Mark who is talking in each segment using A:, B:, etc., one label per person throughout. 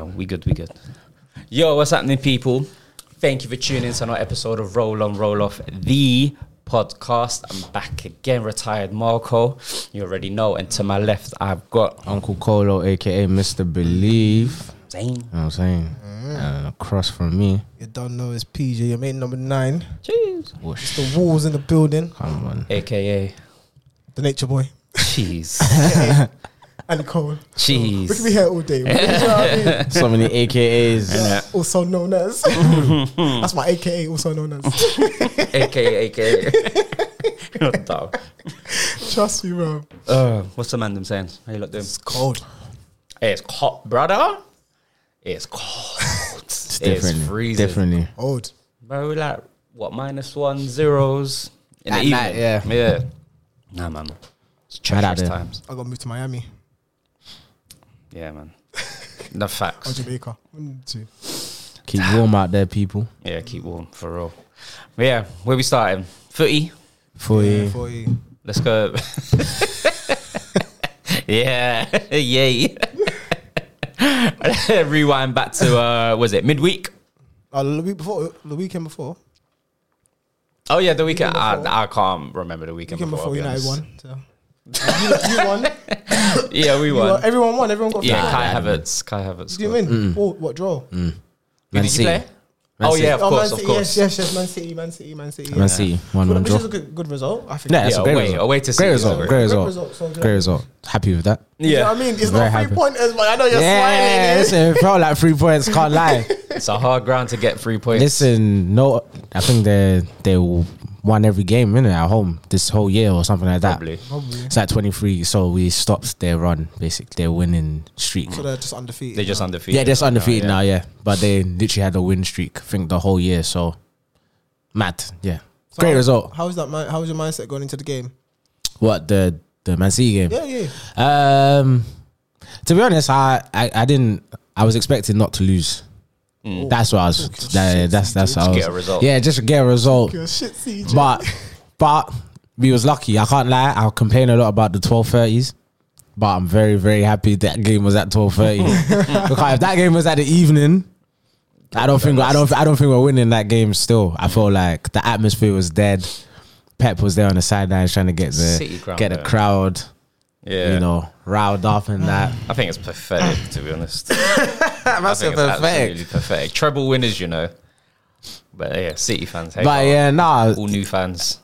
A: we good, we good.
B: Yo, what's happening, people? Thank you for tuning in to another episode of Roll On Roll Off, the podcast. I'm back again, retired Marco. You already know. And to my left, I've got
C: Uncle Colo, aka Mr. Believe.
B: Zane.
C: You know what I'm saying? And across from me,
D: You don't know it's PJ, your mate number nine.
B: Jeez.
C: whoosh,
D: The walls in the building,
C: come on.
B: AKA.
D: the nature boy,
B: Jeez.
D: and Cole. We can be
B: Jeez.
D: here all day. You know what I mean?
C: So many AKAs.
D: Also known as. That's my AKA, also known as.
B: AKA, AKA. You're dumb.
D: Trust me, bro.
B: Uh, what's the man them saying? How you lot doing?
D: It's cold.
B: It's hot, brother. It's cold. It's,
C: Differently.
B: freezing.
C: Differently.
D: Old.
B: Bro, we're like what minus one zeros in
C: At
B: the
C: night,
B: evening.
C: yeah.
B: yeah. Nah, man. It's
C: Right out
B: treacherous
C: there.
B: times.
D: I got moved to Miami
B: Yeah, man. The
D: or
B: facts.
D: Jamaica. One, two.
C: Keep warm out there, people.
B: Yeah, keep warm for real. But yeah, where we starting? Footy.
C: For
D: Yeah,
C: you.
D: for you.
B: Let's go. yeah, yay. Rewind back to uh, was it midweek?
D: Uh, the week before, the weekend before,
B: Oh yeah, the weekend.
D: Weekend before.
B: I, I can't remember the weekend,
D: weekend
B: before.
D: before
B: I'll be
D: United
B: honest.
D: won. So. you, lot- you won.
B: Yeah, we
D: You
B: won.
D: lot- everyone won. Everyone got.
B: yeah, Mm.
D: three.
B: Kai Havertz. Kai Havertz.
D: Did you
B: scored.
D: win? Oh, what draw?
B: Who
C: Man
B: did you
C: City.
B: play?
C: Man
B: Oh
C: City.
B: yeah, of
D: oh,
B: course,
D: Man
B: of
D: City,
B: course.
D: Yes, yes, yes. Man City, Man City, Man City.
C: Man City. One one
D: Which
C: draw.
D: is a good, good result. I think.
C: Yeah, that's
B: Yeah,
C: a great
B: away-
C: result.
B: away to
C: great
B: City,
C: result.
B: yeah.
C: Great
D: Good
C: result.
D: result, so good.
C: Great result. Happy with that.
D: You know
B: Yeah,
D: what I mean, it's
C: Very
D: not three
C: happy.
D: pointers, but I know you're
C: Yeah,
D: smiling.
C: listen, it felt like three points. Can't lie.
B: it's a hard ground to get three points.
C: Listen, no, I think they they won every game in at home this whole year or something like that.
B: Probably.
C: It's like 23, so we stopped their run, basically, their winning streak.
D: So they're just undefeated.
B: They're just undefeated.
C: Yeah, that's undefeated
B: Yeah.
C: now, yeah. But they literally had a win streak, I think, the whole year, so mad, yeah.
D: So
C: Great
D: how-
C: result.
D: How is that? mi- How was your mindset going into the game?
C: What, the, the Man City game?
D: Yeah, yeah.
C: Um, to be honest, I, I, I didn't. I was expecting not to lose. That's what I was. That, that's that's how I was.
B: get a result.
C: Yeah, just get a result.
D: Your shit, CJ.
C: But but we was lucky. I can't lie. I complain a lot about the twelve thirties. But I'm very, very happy that game was at twelve thirty. because if that game was at the evening, I don't think I don't I don't think we're winning that game still. I feel like the atmosphere was dead. Pep was there on the sidelines trying to get
B: City
C: the
B: ground,
C: get the
B: yeah.
C: crowd,
B: Yeah.
C: you know, riled up and that.
B: I think it's pathetic, to be honest. I think it's absolutely pathetic. Treble winners, you know. But yeah, City fans. Hey,
C: But
B: God.
C: yeah, nah,
B: all new fans.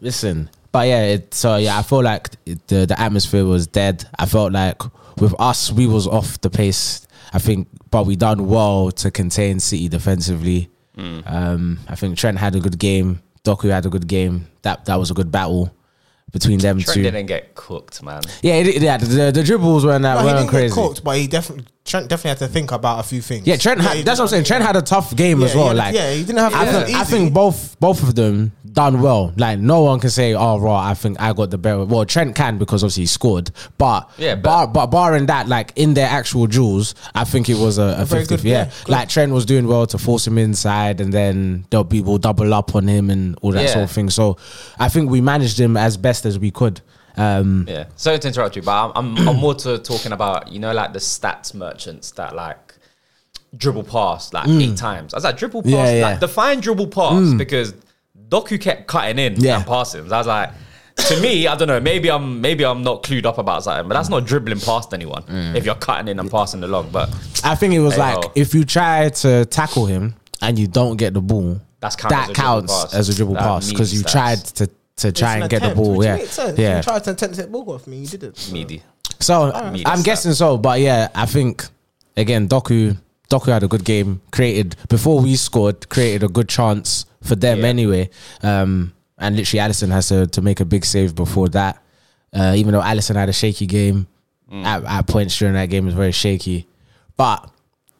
C: listen. But yeah, it, so yeah, I feel like it, the the atmosphere was dead. I felt like with us, we was off the pace. I think, but we done well to contain City defensively. Um, I think Trent had a good game. Doku had a good game. That that was a good battle between them
B: Trent
C: two.
B: didn't get cooked, man.
C: Yeah, it, yeah. The, the dribbles weren't that
D: But he
C: weren't
D: didn't
C: crazy.
D: get cooked, but he definitely Trent definitely had to think about a few things.
C: Yeah, Trent.
D: he
C: Had, that's what I'm saying.
D: didn't-
C: Trent had a tough game as
D: Yeah, he
C: well.
D: had a-
C: like,
D: yeah, he didn't have to
C: I
D: do
C: think,
D: it
C: I
D: easy.
C: think both both of them done well. Like, no one can say, "Oh, raw." I think I got the better. Well, Trent can because obviously he scored. But
B: Yeah,
C: bar, but barring that, like in their actual duels, I think it was a, a
D: very
C: 50.
D: good-
C: yeah,
D: yeah, good.
C: like Trent was doing well to force him inside, and then they'll be will double up on him and all that
B: Yeah.
C: sort of thing. So, I think we managed him as best as we could. Um,
B: Yeah. Sorry to interrupt you, but I'm, I'm, I'm more to talking about, you know, like the stats merchants that like dribble past like eight times. I was like, dribble pass,
C: Mm. Yeah, yeah.
B: like define dribble pass because Doku kept cutting in
C: Yeah.
B: and passing. So I was like, to me, I don't know, maybe I'm maybe I'm not clued up about something, but that's not dribbling past anyone
C: Mm.
B: if you're cutting in and passing along. But
C: I think it was
B: Hey,
C: like
B: oh.
C: if you try to tackle him and you don't get the ball,
B: That's count as a
C: that
B: dribble
C: counts
B: pass.
C: as a dribble
B: That
C: pass because
B: means
C: you
B: that's-
C: tried to to
D: It's
C: try
D: an
C: and get the
D: attempt,
C: ball.
D: which
C: Yeah,
D: makes sense.
C: yeah.
D: You tried to attempt to take the ball off me, you didn't.
B: meaty.
C: So
B: mean,
C: I'm
B: it's
C: guessing so, but yeah, I think again Doku Doku had a good game, created before we scored, created a good chance for them
B: Yeah.
C: anyway. Um, and literally Allison has to, to make a big save before that. Uh, even though Allison had a shaky game at, at points during that game was very shaky, but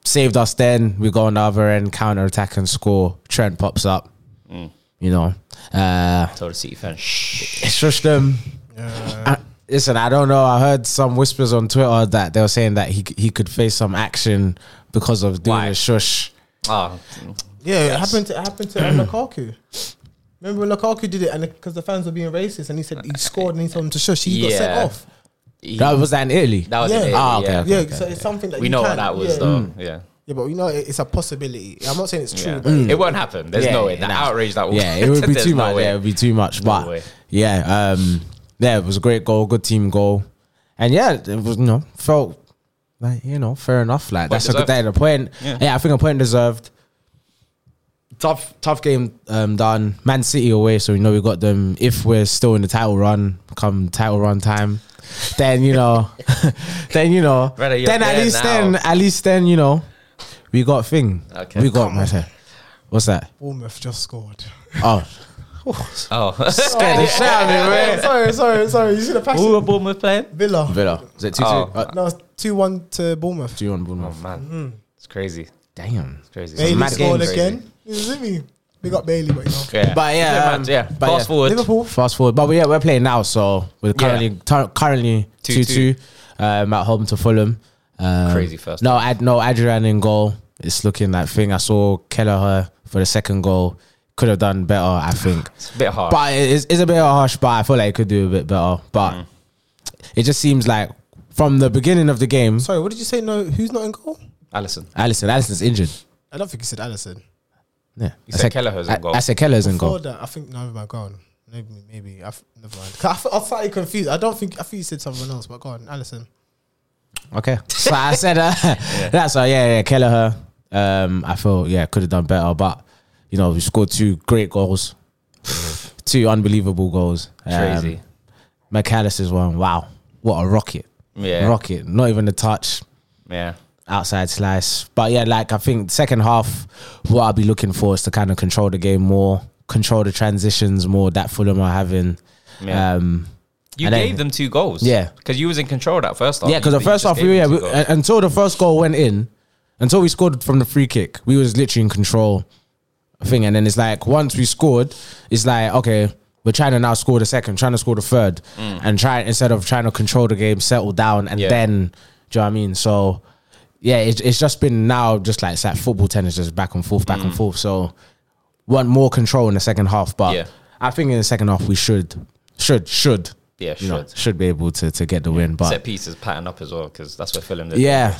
C: saved us. Then we go on the other end, counter attack and score. Trent pops up, you know. Uh,
B: Told the City fans, shh.
C: shush them. I- listen, I don't know. I heard some whispers on Twitter that they were saying that he he could face some action because of doing
B: Why?
C: a shush.
B: Oh,
D: Yeah, it happened to it happened to Lukaku. Remember when Lukaku did it, and because the fans were being racist, and he said he scored, and he told him to shush. He got sent
B: Yeah.
D: off.
B: He-
C: That was that in Italy.
B: that was
D: Yeah.
B: in Italy,
C: Ah, okay,
B: yeah.
C: okay. Mm.
D: yeah, so it's something that
B: We
D: you
B: know what
D: can-
B: that was,
D: yeah.
B: though. Yeah.
D: Yeah, but we know it- it's a possibility. I'm not saying it's true,
B: Yeah. Mm.
D: but
B: It won't happen. There's
C: Yeah,
B: no way.
C: yeah,
B: The
C: nah.
B: outrage that will
C: yeah, it would be
B: there's
C: too
B: no
C: much.
B: way.
C: Yeah, it would be too much. but
B: way.
C: yeah, um, yeah, it was a great goal, good team goal, and yeah, it was you know felt like you know fair enough. Like that's a
B: deserved.
C: good day. The point,
B: Yeah.
C: yeah. I think a point deserved. Tough, tough game um, done. Man City away, so we know we got them. If we're still in the title run, come title run time, then you know, then you know,
B: Brother, you're
C: then at
B: there now.
C: least then at least then you know, we got thing.
B: Okay.
C: we got. What's that?
D: Bournemouth just scored.
C: Oh.
B: Oh.
C: Scared the shit out of me, man.
D: sorry, sorry, sorry. You see the
B: Who
D: passion?
B: were Bournemouth playing?
D: Villa.
C: Villa. Is it 2
B: Oh.
C: 2? Uh,
D: No, it's 2 1 to Bournemouth.
C: 2 1
B: Oh,
C: Bournemouth.
B: man. It's crazy.
C: Damn.
B: It's crazy.
D: Bailey
B: It's
C: mad
D: scored
C: game.
D: again. You see me? Big up Bailey, but you know.
B: Yeah.
C: But yeah,
B: yeah,
C: um,
B: man, yeah.
C: but
B: fast
C: yeah.
B: forward.
D: Liverpool.
C: Fast forward. But we- yeah, we're playing now, so we're currently tur- currently 2
B: 2-2.
C: 2 um, at home to Fulham. Um,
B: Crazy first
C: No, Ad, no, Adrian in goal. It's looking that thing. I saw Kelleher for the second goal. Could have done better, I think.
B: It's a bit hard.
C: But it is, it's a bit harsh, but I feel like it could do a bit better. But
B: Mm.
C: it just seems like from the beginning of the game,
D: Sorry, what did you say? No, who's not in goal?
B: Allison.
C: Allison, Allison's injured.
D: I don't think you said Allison.
C: Yeah.
B: You said Kelleher's in
C: I-
B: goal.
C: I said Kelleher's in
D: Before
C: goal.
D: that, I think no, my God, maybe, maybe. I f- never mind. 'Cause I f- I'm slightly confused. I don't think I think you said someone else, but go on, Allison.
C: Okay. So I said uh, that's why, yeah, yeah, Kelleher. Um, I feel yeah, could have done better, but you know, we scored two great goals. two unbelievable goals. Um,
B: Crazy.
C: McAllister's one. Wow. What a rocket.
B: Yeah.
C: Rocket. Not even a touch.
B: Yeah.
C: Outside slice. But yeah, like I think second half, what I'll be looking for is to kind of control the game more, control the transitions more that Fulham are having.
B: Yeah.
C: Um
B: You
C: and then-
B: gave them two goals.
C: Yeah.
B: Because you was in control that first half.
C: Yeah, because
B: You-
C: the
B: you
C: first
B: Oh, just
C: half,
B: gave
C: we, yeah,
B: them two
C: we,
B: goals.
C: uh, until the first goal went in, until we scored from the free kick, we was literally in control thing. And then it's like once we scored, it's like okay, we're trying to now score the second, trying to score the third, and try instead of trying to control the game, settle down, and
B: Mm. Yeah.
C: then do you know what I mean? So yeah, it's it's just been now just like it's like football tennis, just back and forth, back and
B: Mm.
C: forth. So want more control in the second half, but
B: Yeah.
C: I think in the second half we should should should.
B: Yeah,
C: you know,
B: should.
C: should be able to to get the win, but
B: set pieces pattern up as well because that's what Fulham did.
C: yeah.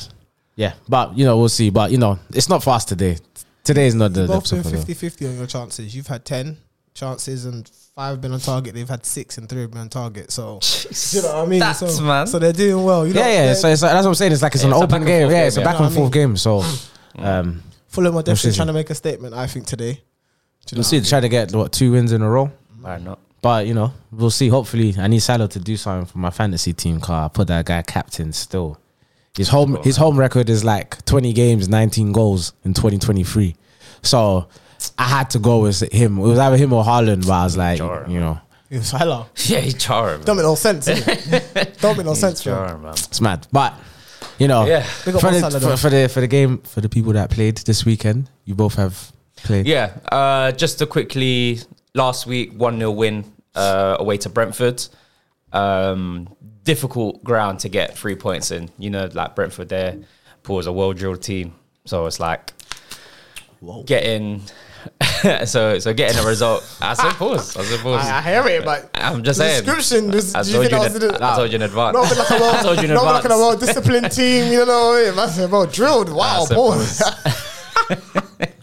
C: Yeah. But, you know, we'll see. But, you know, it's not fast today. Today is not the
D: You've
C: the
D: both been
C: episode for them.
D: 50 50 on your chances. You've had 10 chances and five have been on target. They've had six and three have been on target. So,
B: Jeez.
D: you know what I mean?
B: That's
D: so,
B: man.
D: so they're doing well. You know,
C: Yeah, yeah.
D: they're-
C: So it's like, that's what I'm saying. It's like it's
B: Yeah,
C: an
B: it's a
C: open
B: back and
C: game.
B: forth
C: Yeah, it's a
B: game, Mm.
C: back
D: yeah.
C: and forth game. So, um,
D: Fulham are definitely
C: season.
D: trying to make a statement, I think, today. Do you know
C: we'll see.
D: what I
C: Try to get what two wins in a row.
B: Why not?
C: But you know, we'll see. Hopefully, I need Salah to do something for my fantasy team. Car, I put that guy captain still. His home his home record is like twenty games, nineteen goals in twenty twenty three. So I had to go with him. It was either him or Haaland, but I was like,
B: Sure.
C: you know,
D: mean? It's Salah.
B: Yeah, he charm.
D: Don't make no sense. innit? Don't make no sense, bro.
B: charm, man.
C: It's mad. But you know,
B: Yeah.
C: for,
D: Big up Mo
C: the,
D: Salah,
C: for,
D: though.
C: for the for the game for the people that played this weekend, you both have played.
B: Yeah. Uh, just to quickly, last week, 1 0 win uh, away to Brentford. Um, difficult ground to get three points in. You know, like Brentford there, Paul's a well drilled team. So it's like getting. so so getting a result. I said pause. I said pause.
D: I, I hear it, but
B: I'm just
D: the
B: saying.
D: description. This,
B: I
D: do
B: told
D: you think
B: you
D: I was
B: that-
D: in it?
B: I told you in advance.
D: Not been like a
B: I told you in
D: well, not been like a
B: advance.
D: well disciplined team, you know. What I mean? Man said, well drilled. Wow,
B: said
D: pause.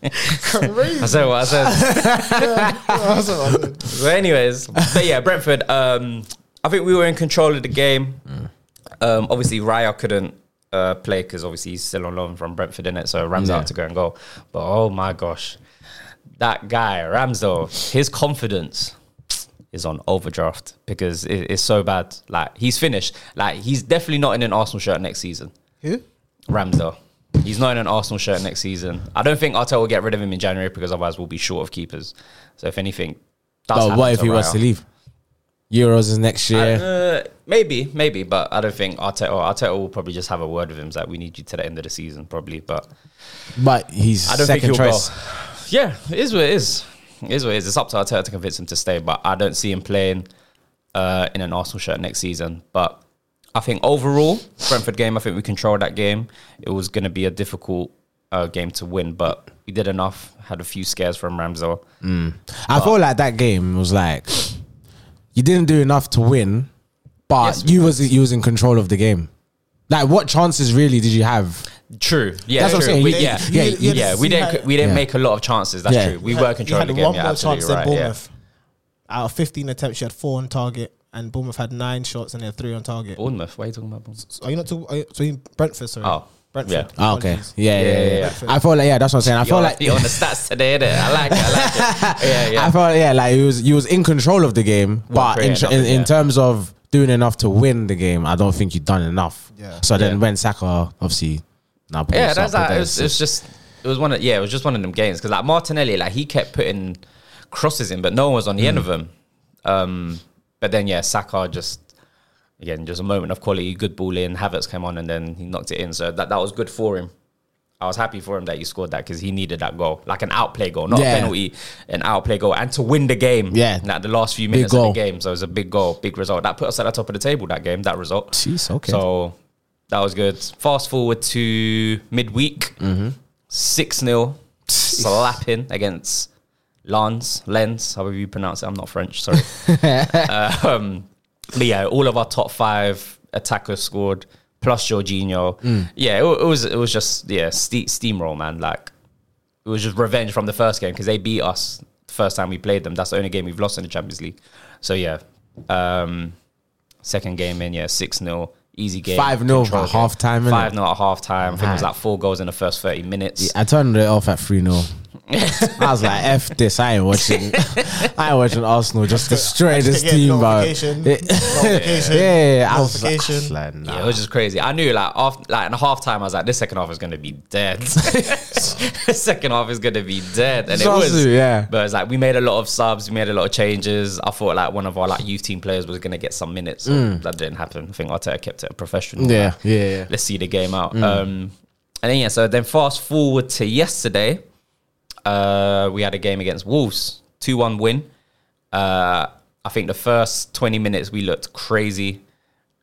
D: Crazy.
B: I said what I said.
D: I said, well, then.
B: But anyways, but yeah, Brentford. Um, I think we were in control of the game. Um, obviously, Raya couldn't uh, play because obviously he's still on loan from Brentford in it, so Ramsdale
C: Yeah.
B: had to go and go. But oh my gosh, that guy Ramsdale, his confidence is on overdraft because it, it's so bad. Like he's finished. Like he's definitely not in an Arsenal shirt next season.
D: Who?
B: Ramsdale. He's not in an Arsenal shirt next season. I don't think Arteta will get rid of him in January because otherwise we'll be short of keepers. So if anything, does
C: But
B: happen
C: what if he was
B: Raya-
C: to leave? Euros is next year.
B: Uh, maybe, maybe, but I don't think Arteta. Or Arteta will probably just have a word with him. It's Like we need you to the end of the season, probably. But
C: but he's
B: I don't
C: second
B: think he'll
C: choice.
B: go. Yeah, it is what it is. It is what it is. It's up to Arteta to convince him to stay, but I don't see him playing uh, in an Arsenal shirt next season. But I think overall, Brentford game, I think we controlled that game. It was going to be a difficult uh, game to win, but we did enough. Had a few scares from Ramsdale.
C: I feel like that game was like you didn't do enough to win, But
B: Yes, we
C: you was you was in control of the game. Like, what chances really did you have?
B: True. Yeah.
C: That's what I'm
B: true.
C: saying.
B: We,
C: You-
B: yeah.
C: you-
B: Yeah.
C: you- you
B: yeah,
D: had
B: We
D: to see
B: didn't.
D: how-
B: We didn't
C: Yeah.
B: make a lot of chances. That's
C: Yeah.
B: true. We were controlling the
D: You
B: game.
D: had one
B: yeah,
D: more
B: absolutely
D: chance than
B: right. Yeah.
D: Bournemouth. Out of 15 attempts, you had four on target, and Bournemouth had nine shots and they had three on target.
B: Bournemouth. Why are you talking about Bournemouth?
D: So are you not talking? Are you, so you Brentford, sorry.
B: Oh,
D: Brentford.
B: yeah.
C: Oh, okay,
D: Apologies.
C: yeah yeah,
B: Yeah,
C: yeah,
B: yeah,
C: yeah.
D: yeah.
C: I felt like yeah, that's what I'm saying. I
B: You're
C: felt like
B: you're on the stats today. innit? I like it. I like it. Yeah.
C: I
B: Yeah.
C: felt yeah, like you was you was in control of the game, but in,
B: created
C: tr- in,
B: nothing,
C: in
B: yeah.
C: terms of doing enough to win the game, I don't think you've done enough.
D: Yeah.
C: So then
B: Yeah.
C: when Saka obviously now
B: Yeah. That's that. It was, it was just. It was one of yeah. It was just one of them games because like Martinelli, like he kept putting crosses in, but no one was on the
C: Mm.
B: end of them. Um. But then yeah, Saka just. Again, just a moment of quality, good ball in. Havertz came on and then he knocked it in. So that, that was good for him. I was happy for him that he scored that because he needed that goal, like an outplay goal, not
C: Yeah.
B: a penalty, an outplay goal, and to win the game.
C: Yeah.
B: like the last few minutes
C: goal.
B: of the game, so it was a big goal, big result. That put us at the top of the table. That game, that result.
C: Jeez, okay.
B: So that was good. Fast forward to midweek, six 0 slapping against Lens, Lens, however you pronounce it. I'm not French, sorry. um, but yeah, all of our top five attackers scored, plus Jorginho. Yeah, it, wa- it was it was just yeah ste- steamroll, man. Like it was just revenge from the first game because they beat us the first time we played them. That's the only game we've lost in the Champions League. So yeah, um, second game in, yeah, 6 0. Easy game.
C: 5-0 at
B: Control game.
C: half-time, innit?
B: 5 0 at half time. I think it was
C: Mad.
B: like four goals in the first 30 minutes.
C: I turned it off at 3 0. I was like, F this, I ain't watching I ain't watching Arsenal just destroy this
D: Yeah,
C: team, bro.
D: notification,
C: Yeah,
D: notification,
C: yeah, yeah. I was like, I was
D: notification.
C: like, nah.
B: Yeah, it was just crazy. I knew like after like in the half time, I was like, this second half is gonna be dead. second half is gonna be dead. And it
C: So
B: was
C: soon, yeah.
B: But it's like we made a lot of subs, we made a lot of changes. I thought like one of our like youth team players was gonna get some minutes.
C: Mm.
B: That didn't happen. I think Arteta kept it professional.
C: Yeah, yeah, yeah.
B: Let's see the game out. Um and then yeah, so then fast forward to yesterday, uh we had a game against Wolves, two one win. Uh I think the first twenty minutes we looked crazy.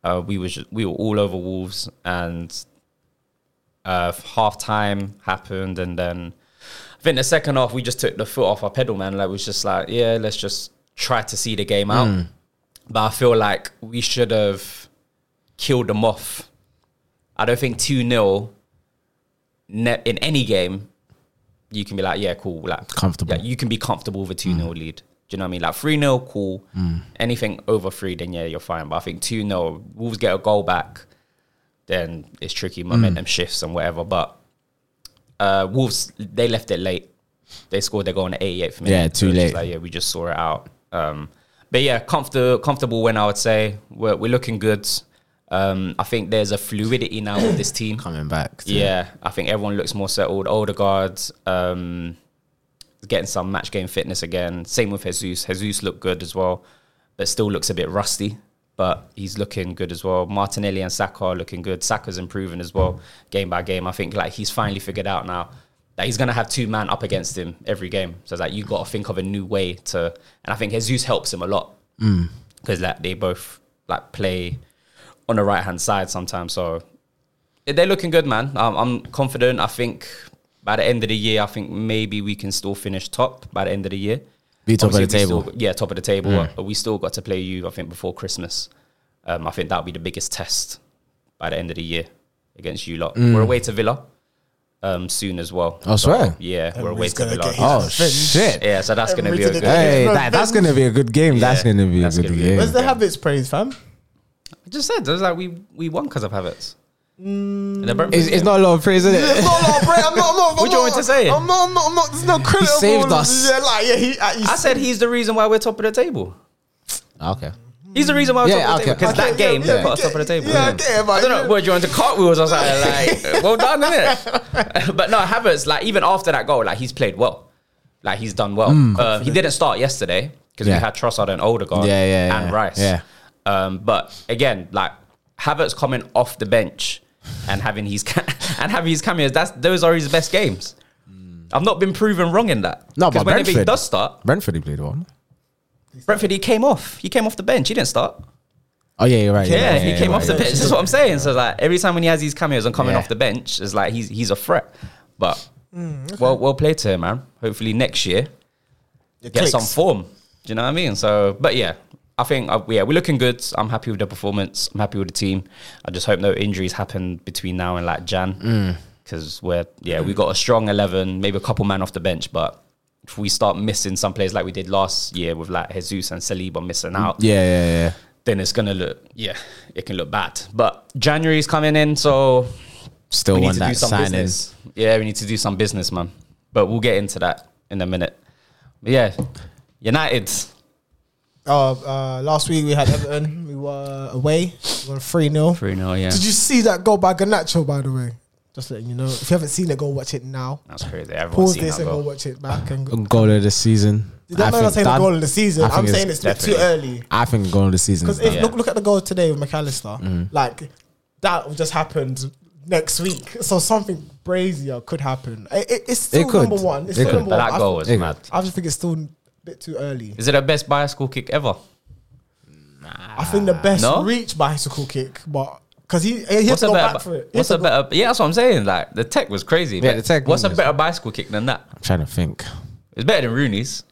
B: Uh, we was we were all over Wolves, and uh, half time happened, and then I think the second half we just took the foot off our pedal, man. Like it was just like, yeah, let's just try to see the game out. But I feel like we should have killed them off. I don't think two 0 ne- in any game you can be like, yeah, cool, like
C: Comfortable. Mm.
B: yeah, you can be comfortable with a 2 0 lead. Do you know what I mean? Like 3 0, cool. Anything over three, then yeah, you're fine. But I think 2 0, Wolves get a goal back, then it's
C: Mm.
B: tricky. Momentum shifts and whatever. But uh, Wolves, they left it late. They scored their goal in the 88th minute.
C: Yeah, too
B: it's just
C: late.
B: Like, yeah, we just saw it out. Um, but yeah, comfort- comfortable win, I would say. We're, we're looking good. Um, I think there's a fluidity now with this team.
C: coming back. to-
B: Yeah, I think everyone looks more settled. Odegaard, um, getting some match game fitness again. Same with Jesus. Jesus looked good as well, but still looks a bit rusty. But he's looking good as well. Martinelli and Saka are looking good. Saka's improving as well, game by game. I think like he's finally figured out now that he's gonna have two man up against him every game. So it's like you got to think of a new way to. And I think Jesus helps him a lot because like they both like play on the right hand side sometimes. So they're looking good, man. Um, I'm confident. I think by the end of the year, I think maybe we can still finish top by the end of the year.
C: Be top of the
B: Obviously, we
C: table. Mm.
B: still- yeah, top of the table. But we still got to play you, I think, before Christmas. Um, I think that'll be the biggest test by the end of the year against you lot.
C: Mm.
B: We're away to Villa um, soon as well.
C: I swear.
B: Yeah, we're away
D: Emery's
B: to
D: gonna
B: Villa.
D: get his
C: Oh,
D: Finish.
C: shit.
B: Yeah, so that's going to be
D: Emery
B: a
D: to the
B: good.
D: game.
C: Hey,
D: Yeah.
C: that, that's going to be a good game. that's
B: Yeah,
C: going to be a
B: that's
C: good
B: gonna be a
C: game.
B: good
D: Where's the habits praise, fam?
B: I just said, it was like we, we won because of Havertz. Mm.
C: It's, it's not a lot of praise, is it?
D: It's not a lot of praise. I'm not. I'm not.
B: What do you want me to say?
D: I'm not. I'm not. I'm not there's no credit.
C: saved
D: all-
C: us.
D: Yeah, like yeah. He, uh, he's,
B: I said he's the reason why we're top of the table.
C: Okay.
B: He's the reason why we're
C: Yeah,
B: top of the
C: okay.
B: table because
D: Okay,
B: that game
D: yeah, yeah,
B: put us
D: yeah,
B: top of the table.
D: yeah, I get it, but
B: I don't know
D: you-
B: what you want to cartwheels or something. Like, well done, innit? but no, Havertz, like even after that goal, like he's played well. Like he's done well. Uh, he didn't start yesterday because
C: Hmm. Yeah.
B: we had Trossard and Odegaard
C: Yeah, yeah,
B: and
C: yeah,
B: Rice.
C: yeah.
B: Um, but again, like Havertz coming off the bench and having his ca- and having his cameos, that's those are his best games. I've not been proven wrong in that.
C: No,
B: 'Cause
C: but
B: whenever he
C: Brentford-
B: does start,
C: Brentford, he played one.
B: Brentford he came off. He came off the bench. He didn't start.
C: Oh, yeah, you're right. you're
B: Yeah,
C: right,
B: he
C: you're
B: came
C: right,
B: off
C: you're
B: the
C: right.
B: bench. That's what I'm saying. So like every time when he has these cameos and coming
C: Yeah.
B: off the bench, it's like he's he's a threat. But well, well played to him, man. Hopefully next year
D: It
B: get some
D: clicks.
B: form. Do you know what I mean? So, but yeah, I think uh, yeah, we're looking good. I'm happy with the performance. I'm happy with the team. I just hope no injuries happen between now and like Jan, because we're yeah, we got a strong eleven, maybe a couple man off the bench, but if we start missing some players like we did last year with like Jesus and Saliba missing out,
C: Yeah, yeah, yeah.
B: then it's gonna look yeah, it can look bad. But January's coming in, so
C: Still
B: we need
C: want
B: to do
C: that
B: some
C: signing.
B: business. Yeah, we need to do some business, man. But we'll get into that in a minute. But yeah, United.
D: Uh, uh, last week we had Everton. We were away. We won 3 0.
B: 3 0, yeah.
D: Did you see that goal by Ganacho, by the way? Just letting you know. If you haven't seen it, go watch it now.
B: That's crazy. Everyone's
D: Pause
B: seen
D: this
B: that
D: and go
B: goal.
D: watch it back. And go.
C: Goal of the season.
D: You don't know
C: think
D: I'm saying the
C: done-
D: goal of the season.
C: I think
D: I'm
C: it's
D: saying it's a bit too
B: definitely-
D: early.
C: I think goal of the season. is
D: Because if
B: Yeah.
D: look, look at the goal today with McAllister,
C: Mm-hmm.
D: like that just happened next week. So something brazier could happen. It, it- it's still
C: It could.
D: number one. It's
C: It
D: still
C: could.
D: number
B: But
D: one.
B: that goal was
C: Yeah.
B: mad.
D: I, I just think it's still a bit too early.
B: Is it the best bicycle kick ever?
D: I think the best
B: No?
D: reach bicycle kick, but because he he had
B: What's
D: to
B: a
D: go
B: better?
D: back for it. He had
B: What's
D: to
B: a
D: go-
B: better? Yeah, that's what I'm saying. Like the tech was crazy.
C: Yeah,
B: but
C: the tech
B: What's a
C: was-
B: better bicycle kick than that?
C: I'm trying to think.
B: It's better than Rooney's.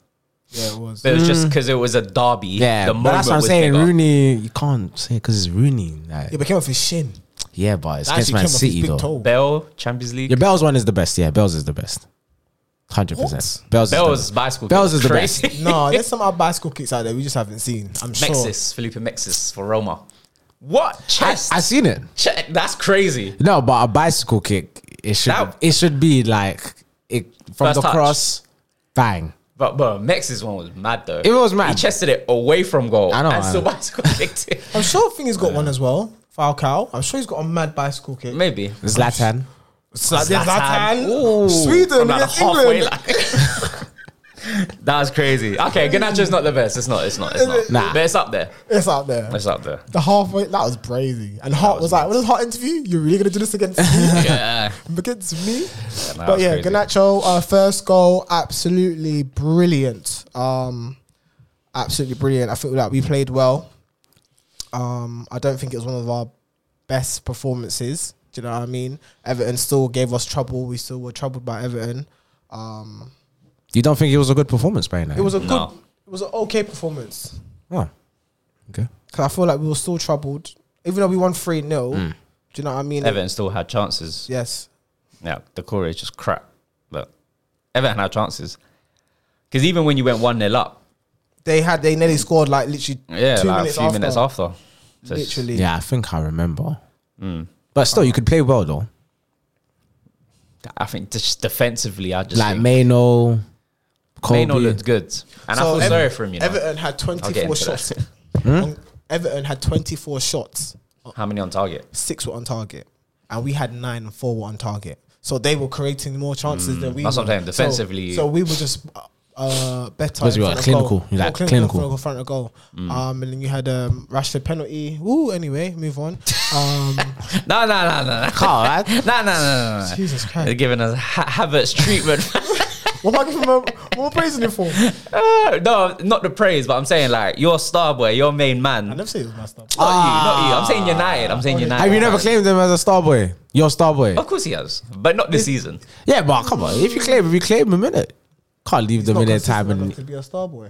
D: Yeah, it was.
B: But it was just because it was a derby.
C: Mm. Yeah,
B: the
C: but
B: moment
C: that's what I'm
B: was
C: saying.
B: bigger.
C: Rooney, you can't say because it's Rooney. Like,
D: It became off his shin.
C: yeah, but it's against
D: That actually came
C: Man
D: off his
C: City
D: big
C: though.
D: toe.
B: Bell Champions League.
C: Your Bell's one is the best. Yeah, Bell's is the best. Hundred percent.
D: What?
C: Bell's,
B: Bell's
C: is the
B: bicycle kick was
C: Bell's is the
B: crazy.
C: best.
D: No, there's some other bicycle kicks out there we just haven't seen. I'm sure.
B: Mexis, Felipe Mexis for Roma. What chest?
C: I seen it.
B: Che- that's crazy.
C: No, but a bicycle kick. It should.
B: That-
C: it should be like it from
B: First
C: the
B: touch.
C: cross, bang.
B: But but Mex's one was mad though.
C: It was mad.
B: He chested it away from goal.
C: I know,
B: And
C: I
B: still
C: know.
B: bicycle kicked it.
D: I'm sure Thing has got one as well. Falcao. I'm sure he's got a mad bicycle kick.
B: Maybe.
C: Zlatan.
D: Zlatan.
B: Ooh.
D: Sweden
B: From like
D: against
B: the halfway
D: England.
B: line. that was crazy. Okay, Ganacho's not the best. It's not. It's not. It's not.
C: Nah.
B: But it's up there.
D: It's out there.
B: It's up there.
D: The halfway that was brazy, and Hart was, like, "What is Hart interview? You're really gonna do this against me?
B: Yeah.
D: against me?"
B: nah,
D: but
B: that's
D: yeah,
B: crazy.
D: Ganacho, uh, first goal, absolutely brilliant. Um, absolutely brilliant. I feel like we played well. Um, I don't think it was one of our best performances. Do you know what I mean? Everton still gave us trouble. We still were troubled by Everton. Um,
C: You don't think it was a good performance by now?
D: it was a good,
B: No.
D: it was an okay performance.
C: Oh. Okay.
D: Because I feel like we were still troubled. Even though we won 3 0, do you know what I mean?
B: Hmm. Everton still had chances.
D: Yes.
B: Yeah, the core is just crap. But Everton had chances. Because even when you went one 0 up,
D: They had, they nearly scored like literally
B: yeah,
D: two
B: like
D: minutes,
B: a few
D: after,
B: minutes after, So it's-
D: Literally.
C: Yeah, I think I remember.
B: Mm.
C: But still, you could play well though.
B: I think just defensively, I just
C: Like
B: think
C: Mano, Colby.
B: Maino looked good, and I
D: So
B: feel
D: Ever-
B: sorry for him. You know,
D: Everton had
B: I'll get
D: 24
B: into
D: shots.
B: that.
C: Hmm?
D: On- Everton had 24 shots.
B: How many on target?
D: Six were on target. And we had nine and four were on target. So they were creating more chances than we
B: Hmm. that's
D: were.
B: what I'm saying,
D: So-
B: defensively-
D: So, we were just uh, better.
C: Because
D: in
C: we were
D: front of goal.
C: clinical, you
D: More
C: like clinical.
D: clinical. Front of goal.
B: Hmm.
D: Um, and then you had um, Rashford penalty. Ooh, anyway, move on. Um,
B: No, no, no, no, no.
C: Carl, right?
B: No, no, no, no, no.
D: Jesus Christ.
B: They're giving us ha- Havertz treatment.
D: What am I giving him? a- What am I praising him for? I
B: Uh, no, not the praise, but I'm saying like your star boy, your main man. Not
D: never say it was my stuff.
B: you, not you. I'm saying United. I'm saying United.
C: Have you never claimed him as a star boy? Your star boy.
B: Of course he has, but not this season.
C: Yeah, but come on. If you claim him, you claim him, innit? Can't leave them in their time. And,
D: to be a star boy.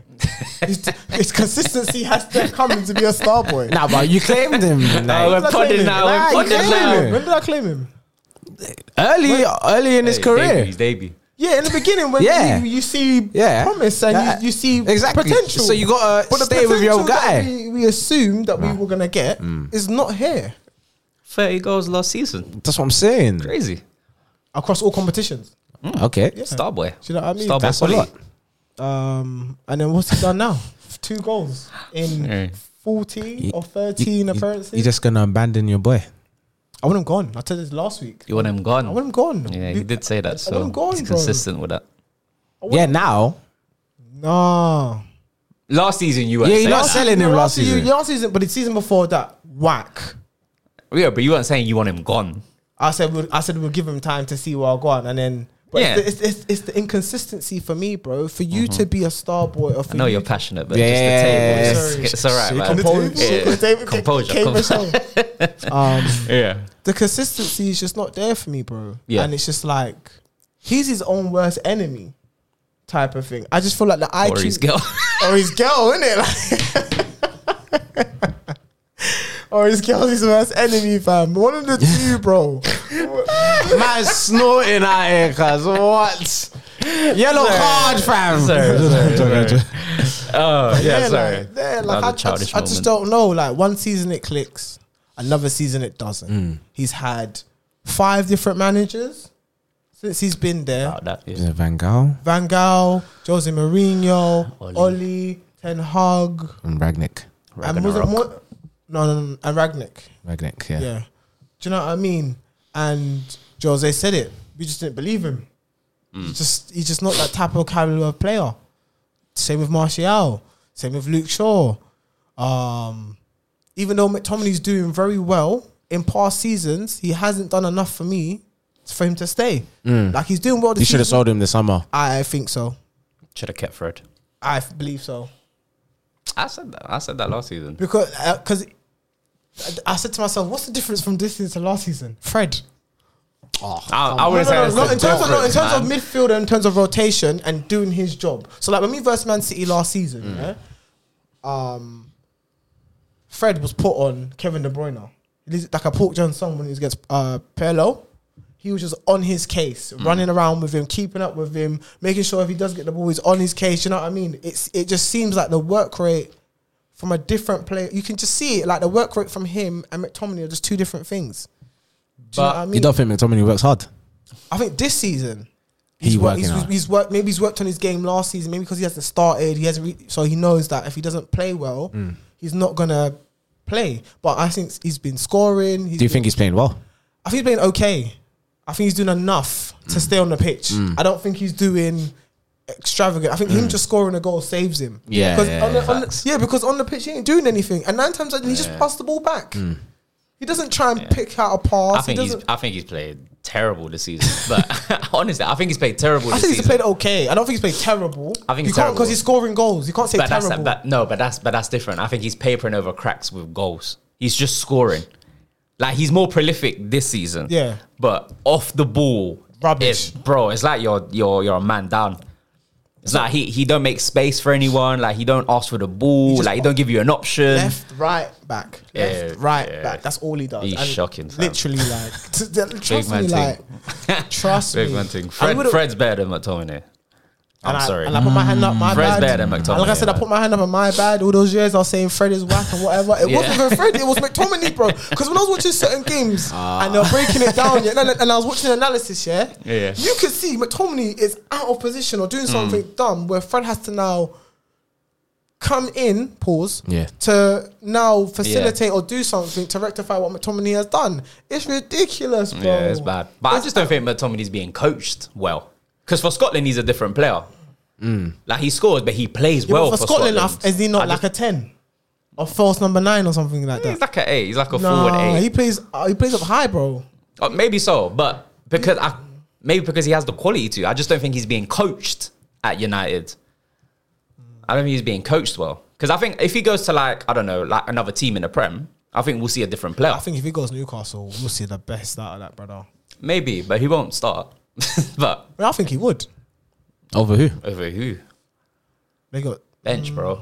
D: his, his consistency has to come in to be a star boy.
C: nah, but you claimed him.
B: Oh,
C: like,
B: we're
D: When did I claim
B: podding
D: him?
B: now.
C: Nah,
B: We're
C: you
B: podding
C: claim
B: now.
C: him.
D: When did I claim him?
C: early, early in his
B: Hey,
C: career.
B: debut, his debut.
D: Yeah, in the beginning when
C: Yeah.
D: you, you see
C: Yeah.
D: promise and
C: Yeah.
D: you, you see
C: Exactly.
D: potential.
C: So you gotta
D: But the
C: stay with your
D: potential that
C: guy. Mm.
D: We, we assumed that we were gonna get is not here
B: 30 goals last season.
C: That's what I'm saying.
B: Crazy.
D: across all competitions.
B: Hmm.
C: Okay.
B: Star boy.
D: Do you know what I mean?
B: Star boy
C: That's a
B: quality.
C: lot.
D: Um, and then what's he done now? Two goals in
B: Yeah.
D: fourteen
C: You-
D: or thirteen
C: you-
D: appearances.
C: You're just gonna abandon your boy.
D: I want him gone. I told you this last week.
B: You want him gone?
D: I want him gone.
B: Yeah,
D: We-
B: he did say that.
D: I want
B: So
D: him gone,
B: he's
D: bro.
B: consistent with that.
D: Oh,
C: Yeah, now.
D: No.
B: Last season you weren't
C: Yeah,
B: saying
C: you're not
B: that.
C: selling him
D: No,
C: last season.
D: Last season, but the season before that, whack.
B: yeah, but you weren't saying you want him gone.
D: I said, we'll, I said we'll give him time to see where I go on, and then. But
B: Yeah. Mm-hmm.
D: it's, the, it's, it's, it's the inconsistency for me, bro. For you to be a star boy, or for
B: I know
D: you
B: you're
D: to-
B: passionate, but
C: Yeah.
B: just the table. It's, it's all right, man.
D: Composure.
B: Yeah.
D: David K-
B: Composure.
D: K.
B: com-
D: Michelle. um,
B: yeah.
D: the consistency is just not there for me, bro.
B: Yeah.
D: And it's just like he's his own worst enemy type of thing. I just feel like the
B: Or
D: IQ
B: his girl.
D: or his girl, isn't it? Like, Oh, it's Kelsey's worst enemy, fam. One of the two, bro.
C: Man snorting out here, cuz what? Yellow card, fam.
B: Sorry, sorry, sorry. Oh yeah,
D: They're
B: sorry.
D: Like, they're like,
B: Another
D: I, I just-
B: childish
D: I just
B: moment.
D: don't know. Like one season it clicks, another season it doesn't.
B: Mm.
D: He's had five different managers since he's been there.
B: About oh, that, yeah.
C: Is it Van Gaal
D: Van Gaal, Jose Mourinho,
B: Oli.
D: Oli, Ten Hag,
C: and Ragnick?
D: and was it
B: Ragnarok.
D: more? No, no, no, and Ragnick.
C: Ragnick, yeah.
D: Yeah. Do you know what I mean? And Jose said it. We just didn't believe him. He's just he's just not that type of caliber of player. Same with Martial. Same with Luke Shaw. Um, even though McTominay's doing very well in past seasons, he hasn't done enough for me for him to stay. Like he's doing well. This
C: You should have
D: season.
C: sold him this summer.
D: I think so.
B: Should have kept Fred.
D: I f- believe so
B: I said that. I said that last season.
D: because because I said to myself, what's the difference from this season to last season? Fred.
B: I, I wouldn't
D: No,
B: say that's
D: no, no, no,
B: the
D: in terms of no, in terms
B: difference,
D: of
B: man.
D: midfielder, in terms of rotation and doing his job. So like when we versus Man City last season,
B: Mm.
D: yeah, um, Fred was put on Kevin De Bruyne. He's Like a Paul Johnson when he was against uh, Pirlo, he was just on his case,
B: Mm.
D: running around with him, keeping up with him, making sure if he does get the ball, he's on his case. You know what I mean? It's it just seems like the work rate from a different player. You can just see it, like the work rate from him and McTominay are just two different things. Do you know
B: But
D: what I mean?
C: You don't think McTominay works hard?
D: I think this season
C: He's
D: wor-
C: working
D: He's,
C: hard.
D: he's worked. Maybe he's worked on his game last season. Maybe because he hasn't started, he hasn't. Re- so he knows that if he doesn't play well,
C: Mm.
D: he's not gonna play. But I think he's been scoring. He's
C: Do you
D: been-
C: think he's playing well?
D: I think he's playing okay. I think he's doing enough to stay on the pitch.
C: Mm.
D: I don't think he's doing extravagant. I think him just scoring a goal saves him.
C: Yeah,
D: because
C: yeah,
D: on the,
C: yeah.
D: on the, yeah, because on the pitch he ain't doing anything, and nine times out of ten, he just passed the ball back.
C: Mm.
D: He doesn't try and pick out a pass.
B: I think
D: he
B: he's.
D: doesn't.
B: I think he's played terrible this season. But honestly, I think he's played terrible.
D: I
B: This
D: think he's
B: season.
D: played okay. I don't think he's played terrible.
B: I think
D: you
B: he's
D: can't
B: terrible.
D: because he's scoring goals. You can't say
B: but
D: terrible.
B: that's but no, but that's but that's different. I think he's papering over cracks with goals. He's just scoring. Like he's more prolific this season.
D: Yeah.
B: But off the ball, it's-
D: Rubbish.
B: bro. It's like you're you're you're a man down. It's like he he don't make space for anyone. Like he don't ask for the ball.
D: just-
B: like he don't give you an option.
D: left, right, back.
B: Yeah,
D: left, right,
B: yeah.
D: back. That's all he does.
B: He's shocking, fam.
D: Literally, like t- t- trust
B: man
D: me, like
B: thing.
D: trust
B: Big
D: me.
B: man thing.
D: I
B: Fred,
D: would've-
B: Fred's better than McTominay. I'm
D: and I,
B: sorry.
D: And I put my hand up, my
B: Fred's
D: bad.
B: better than McTominay,
D: And like I said, I
B: man.
D: put my hand up on my bad. All those years I was saying Fred is whack and whatever. It
B: Yeah.
D: wasn't even Fred, it was McTominay, bro. Because when I was watching certain games
B: Ah.
D: and they were breaking it down, yeah, and, and I was watching analysis, yeah,
B: Yeah, yeah. Hmm.
D: you could see McTominay is out of position or doing something dumb where Fred has to now come in, pause,
C: Yeah.
D: to now facilitate or do something to rectify what McTominay has done. It's ridiculous, bro.
B: Yeah, it's bad. But I
D: It's
B: just don't think McTominay's being coached well. Because for Scotland, he's a different player. Like he scores, but he plays
D: Yeah, but
B: well
D: for, Scotland, I- is he not
B: I
D: like a ten or false number nine or something like
B: He's
D: that?
B: like a eight. He's like a forward
D: Nah,
B: eight.
D: he plays. Uh, he plays up high, bro.
B: Uh, maybe so, but because I maybe because he has the quality to. I just don't think he's being coached at United. I don't think he's being coached well. Because I think if he goes to like I don't know like another team in the Prem, I think we'll see a different player.
D: I think if he goes Newcastle, we'll see the best out of that brother.
B: maybe, but he won't start. but
D: I, mean, I think he would.
C: Over who?
B: over who
D: They got
B: bench, bro?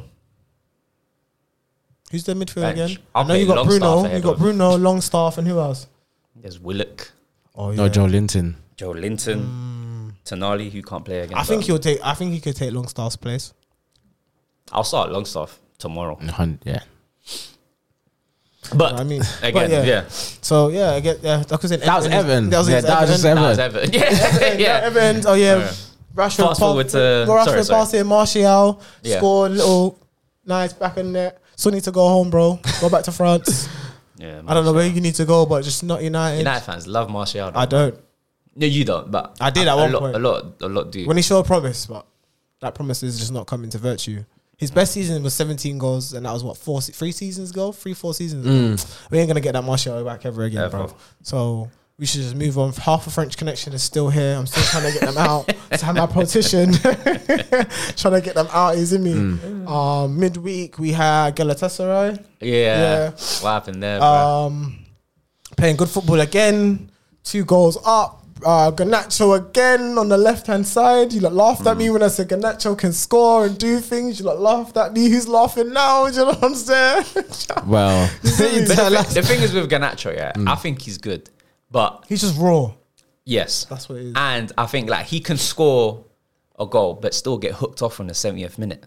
D: who's their midfield
B: Bench.
D: again?
B: I'll
D: I know
B: play
D: you got
B: Longstaff
D: Bruno.
B: ahead
D: You got
B: of-
D: Bruno Longstaff and who else?
B: There's Willock.
D: Oh
C: No, Joe Linton.
B: Joe Linton, Tonali, who can't play again.
D: Mm. I think
B: you.
D: he'll take. I think he could take Longstaff's place.
B: I'll start Longstaff tomorrow.
D: Mm.
C: Hun- Yeah.
B: But
D: I mean, but
B: again, yeah.
D: So yeah, I get yeah. That was in
C: That was Evan.
D: That was,
C: yeah,
D: against
C: that was just
D: Everton.
B: That was
C: Evan.
B: Everton. Yeah,
D: yeah.
B: yeah.
D: Evans. Oh yeah.
B: Yeah.
D: Rashford
B: Fast forward to-
D: Rashford
B: sorry, sorry.
D: passed it. Martial
B: Yeah.
D: scored little nice back in there. Still need to go home, bro. Go back to France.
B: Yeah,
D: I don't know where you need to go, but just not United.
B: United fans love Martial.
D: I don't.
B: No, you don't. But
D: I did
B: a-
D: at one
B: a lot,
D: point.
B: A lot, a lot do.
D: When he showed promise, but that promise is just not coming to virtue. His best season was 17 goals, and that was what four, se- three seasons ago, three, four seasons. ago. We ain't gonna get that Martial back ever again,
B: Ever.
D: bro. So we should just move on. Half a French connection is still here. I'm still trying to get them out. It's my politician trying to get them out. Is in me. Um, midweek we had Galatasaray
B: yeah.
D: Yeah. Uh,
B: what happened there, bro?
D: um, playing good football again. Two goals up. uh, Ganacho again on the left hand side. You lot laughed at
B: Hmm.
D: me when I said Ganacho can score and do things. You lot laughed at me. Who's laughing now? Do you know what I'm saying?
C: Well,
B: But the, thi- the thing is with Ganacho, yeah, I
D: Mm.
B: think he's good, but
D: He's just raw.
B: yes,
D: That's what it is.
B: And I think like he can score a goal, but still get hooked off on the 70th minute.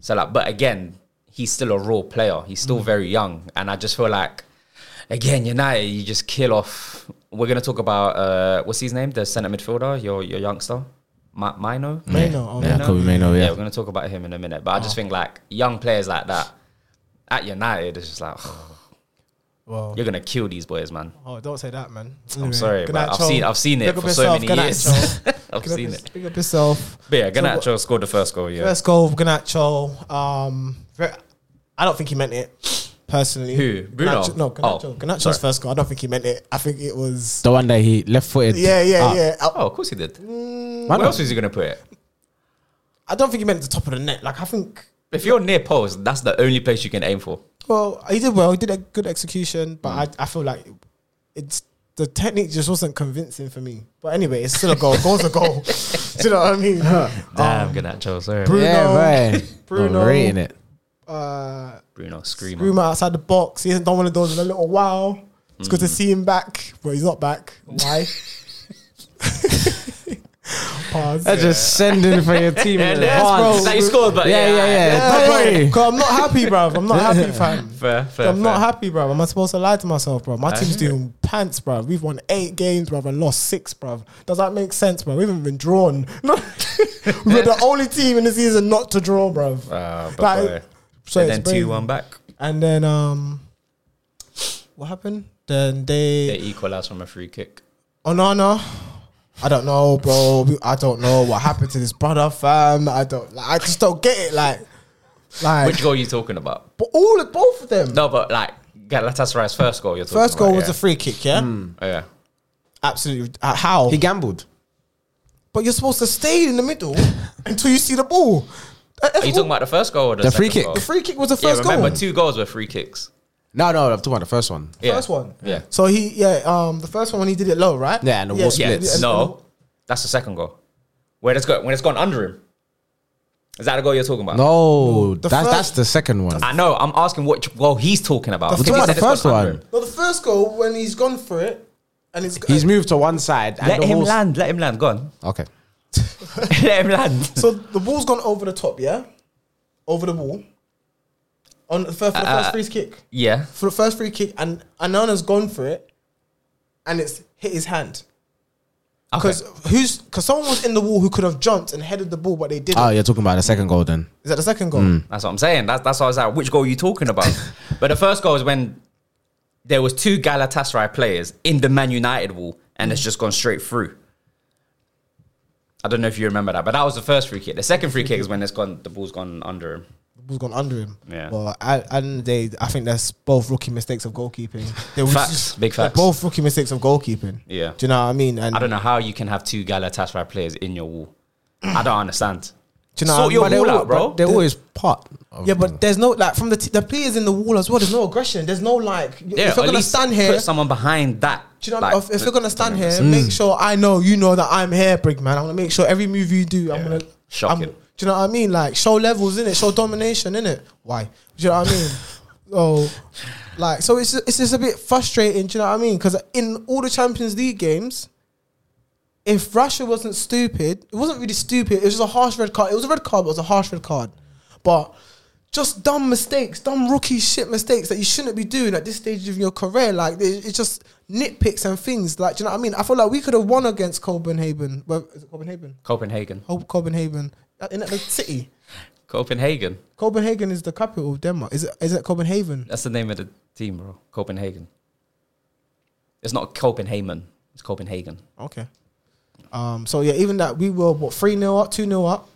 B: So like, but again, he's still a raw player. He's still
D: Mm.
B: very young, and I just feel like, again, United, you just kill off. We're gonna talk about uh, what's his name, the centre midfielder, your your youngster, Ma- Mino.
D: Maino, oh,
C: yeah,
D: Maino.
C: Kobe Maino,
B: Yeah,
C: yeah.
B: we're gonna talk about him in a minute. But I just think like young players like that at United, it's just like
D: Well,
B: you're gonna kill these boys, man.
D: oh, don't say that, man.
B: I'm sorry, but I've seen I've seen it for so many years. I've seen it.
D: Speak up yourself.
B: But yeah,
D: So what-
B: Ganacho scored the first goal. Yeah,
D: First goal, Ganacho. Um, very, I don't think he meant it personally.
B: Who? Bruno?
D: Ganacho, no, Ganacho.
B: Oh,
D: Ganacho's
B: sorry.
D: first goal. I don't think he meant it. I think it was.
C: The one that he left footed. Ah.
D: Yeah, yeah,
C: up.
D: yeah. Uh, I,
B: Oh, of course he did.
C: Why
B: Where
C: not?
B: else was he gonna put it?
D: I don't think he meant the top of the net. Like I think.
B: If you're near post, that's the only place you can aim for.
D: Well, he did well. He did a good execution, but
B: Mm.
D: I, I feel like it's the technique just wasn't convincing for me. But anyway, it's still a goal. Goal's a goal. Do you know what I mean? Um,
B: Damn, Ganacho, sorry.
D: Bruno.
C: Yeah, right.
D: Bruno.
C: I'm rating it.
D: Uh,
B: Bruno, screamer.
D: Rumor outside the box. He hasn't done one of those in a little while. It's good to see him back, but he's not back. Why? Pause.
C: That's just sending for your team.
B: Yeah,
C: in
B: yeah,
C: advance.
B: it's like he scored, but
C: yeah, yeah, yeah.
D: Yeah,
C: Hey.
D: bruv, 'cause I'm not happy, bruv. I'm not happy, fam.
B: Fair, fair,
D: I'm not
B: fair.
D: happy, bruv. Am I supposed to lie to myself, bruv? My team's
B: hear it.
D: doing pants, bruv. We've won eight games, bruv, and lost six, bruv. Does that make sense, bruv? We haven't been drawn. No. We're the only team in the season not to draw, bruv.
B: Uh, but
D: Like,
B: boy.
D: so
B: and
D: it's
B: then
D: crazy.
B: two um, one back.
D: And then um, what happened? Then they
B: They equalised from a free kick.
D: Onana. Oh, I don't know, bro. We- I don't know what happened to this brother, fam. I don't. Like, I just don't get it. Like, like,
B: Which goal are you talking about?
D: but all of both of them.
B: No, but like Galatasaray's first goal. You're talking
D: First
B: about,
D: goal was
B: yeah.
D: a free kick. Yeah,
B: Oh, yeah.
D: absolutely. Uh, how?
C: He gambled.
D: but you're supposed to stay in the middle until you see the ball. Uh,
B: Are you talking about the first goal or the,
C: The free
B: second
C: kick.
B: Goal?
D: the free kick was the
B: yeah,
D: first
B: remember
D: goal?
B: two goals were free kicks.
C: No, no, I'm talking about the first one.
B: Yeah.
D: First one.
B: Yeah.
D: So he, yeah, um, the first one when he did it low, right?
C: Yeah, and the wall
B: Yeah,
C: splits.
D: and-
B: no, that's the second goal. Where it's got when it's gone under him. Is that the goal you're talking about?
C: No,
D: The
C: that's
D: first-
C: that's the second one.
B: I know. I'm asking what goal he's talking about.
D: The
B: Because he said
D: first-
C: the
B: it's
C: first
B: gone under
C: one.
B: him.
D: No, the first goal when he's gone for it, and it's
C: He's moved to one side. And
B: Let
C: the
B: him
C: whole-
B: land. Let him land. Go on.
C: Okay.
B: let him land.
D: So the ball's gone over the top, yeah, over the wall. On the first, for the
B: Uh,
D: first free kick,
B: Yeah.
D: for the first free kick, and Anana's gone for it, and it's hit his hand.
B: Okay.
D: Because who's because someone was in the wall who could have jumped and headed the ball, but they
B: Uh,
D: didn't.
C: Oh, you're talking about the second goal then.
D: Is that the second goal?
B: That's what I'm saying. That's that's what I was like. Which goal are you talking about? but the first goal is when there was two Galatasaray players in the Man United wall, and it's just gone straight through. I don't know if you remember that, but that was the first free kick. The second free kick is when it's gone. The ball's gone under him.
D: The ball's gone under him.
B: Yeah.
D: Well, at, at the end of the day, I think that's both rookie mistakes of goalkeeping. They were
B: Facts. Big
D: they're
B: facts.
D: Both rookie mistakes of goalkeeping.
B: Yeah.
D: Do you know what I mean? And
B: I don't know how you can have two Galatasaray players in your wall. I don't understand.
D: Do you know
B: Sort
D: what I
B: your
D: mean? But
B: wall
D: they
B: out, bro.
C: They're always part. of-
D: Yeah, but there's no like from the t- the players in the wall as well. There's no aggression. There's no like. y-
B: yeah,
D: if you're
B: at
D: gonna
B: least
D: stand here,
B: put someone behind that.
D: do you know?
B: like, Mm.
D: if, if you're gonna stand here, make sure I know you know that I'm here, big man. I want to make sure every move you do, I'm gonna.
B: Shocking.
D: I'm- do you know what I mean? Like show levels in it, show domination in it. Why? Do you know what I mean? oh, like so it's it's just a bit frustrating. Do you know what I mean? Because in all the Champions League games. If Russia wasn't stupid, it wasn't really stupid. It was just a harsh red card. It was a red card, but it was a harsh red card. But just dumb mistakes, dumb rookie shit mistakes that you shouldn't be doing at this stage of your career. Like it- it's just nitpicks and things. Like do you know what I mean? I feel like we could have won against Copenhagen. Well, is it Copenhagen?
B: Copenhagen.
D: Oh, Copenhagen. Uh, Isn't it the city?
B: Copenhagen.
D: Copenhagen is the capital of Denmark. Is it? Is it Copenhagen?
B: That's the name of the team, bro. Copenhagen. It's not Copenhagen. It's Copenhagen.
D: Okay. Um. So yeah, even that we were what three 0 up, two 0 up.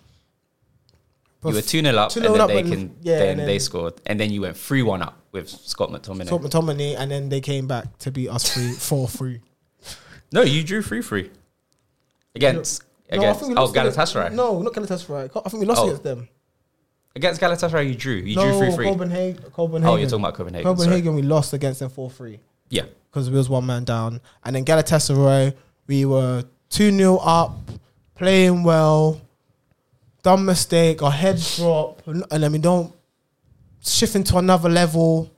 B: you were 2 0 up,
D: 2-0
B: and then
D: up
B: they,
D: and-
B: can,
D: yeah,
B: then
D: and
B: they
D: then-
B: scored. And then you went 3 1 up with Scott McTominay.
D: Top McTominay, and then they came back to beat us three four three.
B: no, you drew 3 3. Against,
D: No, I
B: against
D: think we
B: oh,
D: lost against-
B: Galatasaray.
D: No, not Galatasaray. I think we lost
B: Oh.
D: against them.
B: Against Galatasaray, you drew. You
D: no,
B: drew 3 3.
D: Copenhagen, Copenhagen.
B: Oh, you're talking about Copenhagen. sorry.
D: Copenhagen, we lost against them 4 3
B: Yeah.
D: because we was one man down. And then Galatasaray, We were 2 0 up, playing well, dumb mistake, our head drop, and and then we don't shift into another level.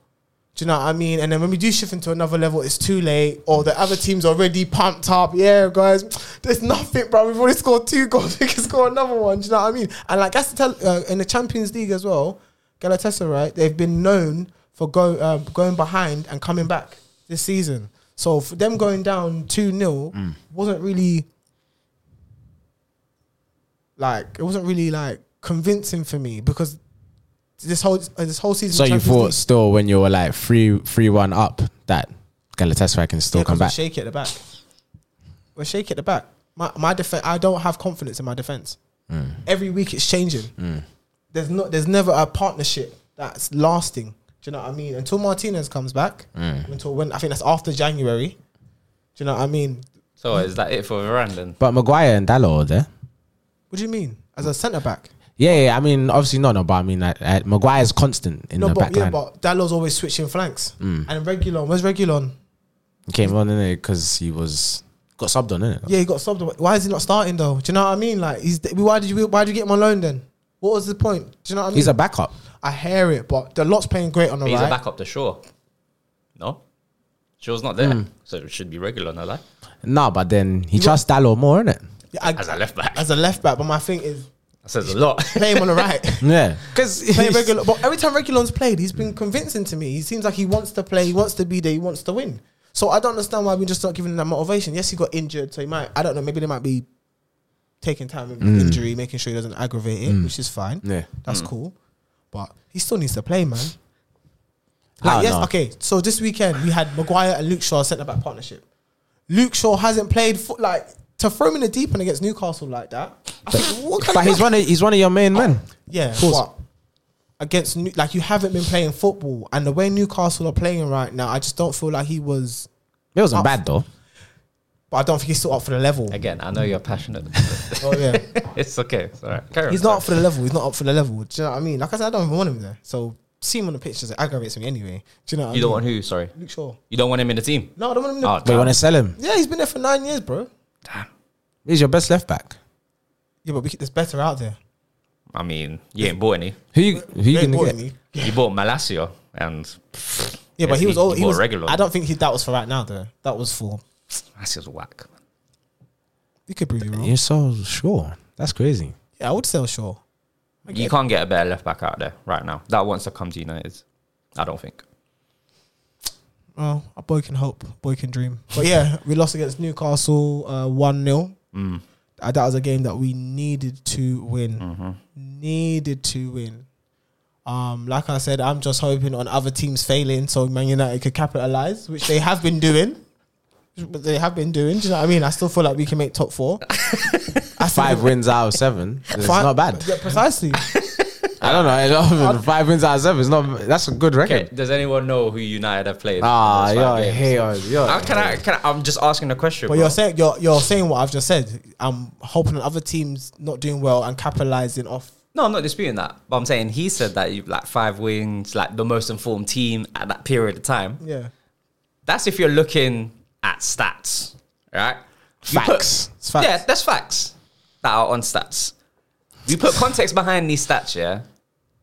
D: Do you know what I mean? And then when we do shift into another level, it's too late, or the other team's already pumped up. Yeah, guys, there's nothing, bro. We've already scored two goals. We can score another one. Do you know what I mean? And like that's the tel- uh, in the Champions League as well. Galatasaray, they've been known for go uh, going behind and coming back this season. So for them going down two 0
C: Mm.
D: wasn't really like it wasn't really like convincing for me because this whole uh, this whole season.
C: So you
D: Champions
C: thought
D: League-
C: still when you were like three three one up that Galatasaray can still
D: Yeah, 'cause
C: come
D: we're
C: back.
D: shaky at the back. We're shaky at the back. My my defense. I don't have confidence in my defense.
C: Mm.
D: Every week it's changing. There's not. There's never a partnership that's lasting. Do you know what I mean? Until Martinez comes back.
C: Mm.
D: Until when I think that's after January. Do you know what I mean?
B: So
D: Hmm.
B: is that it for Varane then?
C: But Maguire and Dallo are there.
D: What do you mean as a centre back?
C: Yeah, yeah, I mean, obviously not, no, but I mean, like, uh, Maguire's constant in
D: No,
C: the
D: but
C: back
D: yeah,
C: line. Mm.
D: but Dallo's always switching flanks. And Regulon, where's Regulon?
C: He came on in it because he was got subbed on, innit?
D: Yeah, he got subbed. Why is he not starting though? Do you know what I mean? Like, he's why did you why did you get him on loan then? What was the point? Do you know what I mean?
C: He's a backup.
D: I hear it, but the lot's playing great on the
B: But he's
D: right.
B: a backup to Shaw. No? Shaw's not there.
D: Hmm.
B: So it should be regular, no lie.
C: No, but then he trusts Dallo more, innit?
D: Yeah, I-
B: As a left back.
D: As a left back, but my thing is
B: That says a lot.
D: play him on the right.
C: Yeah.
D: Because regular, but every time Regulon's played, he's been convincing to me. He seems like he wants to play, he wants to be there, he wants to win. So I don't understand why we just not giving him that motivation. Yes, he got injured, so he might. I don't know. Maybe they might be taking time with injury, making sure he doesn't aggravate it, which is fine.
C: Yeah.
D: That's cool. But he still needs to play, man.
C: I
D: Like,
C: don't
D: yes,
C: know.
D: okay. So this weekend we had Maguire and Luke Shaw centre back partnership. Luke Shaw hasn't played fo- like to throw him in the deep end against Newcastle like that. I think, what kind
C: But
D: of
C: he's one of he's one of your main men.
D: yeah,
C: course.
D: but against New- like you haven't been playing football, and the way Newcastle are playing right now, I just don't feel like he was.
C: It wasn't
D: Up.
C: bad though.
D: But I don't think he's still up for the level.
B: Again, I know you're passionate.
D: Oh yeah,
B: it's okay. It's all right. Carry on,
D: he's not up
B: sorry.
D: for the level. He's not up for the level. Do you know what I mean? Like I said, I don't even want him there. So seeing him on the pitch just aggravates me anyway. Do you know? What
B: You
D: I
B: don't
D: mean?
B: want who? Sorry.
D: Luke Shaw.
B: You don't want him in the team?
D: No, I don't want him. In the-
B: Oh,
C: But you want to sell him?
D: yeah, he's been there for nine years, bro.
B: damn.
C: He's your best left back.
D: Yeah, but we, there's better out there.
B: I mean, you ain't bought any.
C: Who you, who you
D: They
C: gonna
D: bought
C: get?
D: him.
B: You bought Malacio and
D: Yeah, but
B: Yeah,
D: he was
B: he-
D: all
B: he
D: he
B: bought
D: was.
B: Reguilon.
D: I don't think he, that was for right now though. That was for.
B: Malasio's whack. man.
D: You could prove me wrong.
C: You're so sure. That's crazy.
D: Yeah, I would sell Shaw.
B: You can't get a better left back out there right now. That wants to come to United. I don't think.
D: Well, a boy can hope, boy can dream. But yeah, we lost against Newcastle uh, one 0
C: Mm.
D: That was a game that we needed to win.
C: Mm-hmm.
D: Needed to win. Um, like I said, I'm just hoping on other teams failing so Man United could capitalize, which they have been doing. But they have been doing. Do you know what I mean? I still feel like we can make top four. I still-
C: Five wins out of seven. It's
D: Fi-
C: not bad.
D: Yeah, precisely.
C: I don't know. I love it. Five wins out of seven. It's not. That's a good record.
B: Okay, does anyone know who United have played? in
C: Ah,
B: those
C: you're
B: five
C: a
B: games?
C: hater. You're
B: How
C: a
B: Uh, can I, can I? I'm just asking a question.
D: But
B: bro.
D: you're saying you're you're saying what I've just said. I'm hoping on other teams not doing well and capitalizing off
B: No, I'm not disputing that. But I'm saying he said that you've like five wins, like the most informed team at that period of time.
D: yeah.
B: That's if you're looking at stats, right? You put-
C: Facts. It's facts.
B: Yeah, that's facts that are on stats. We put context behind these stats, yeah?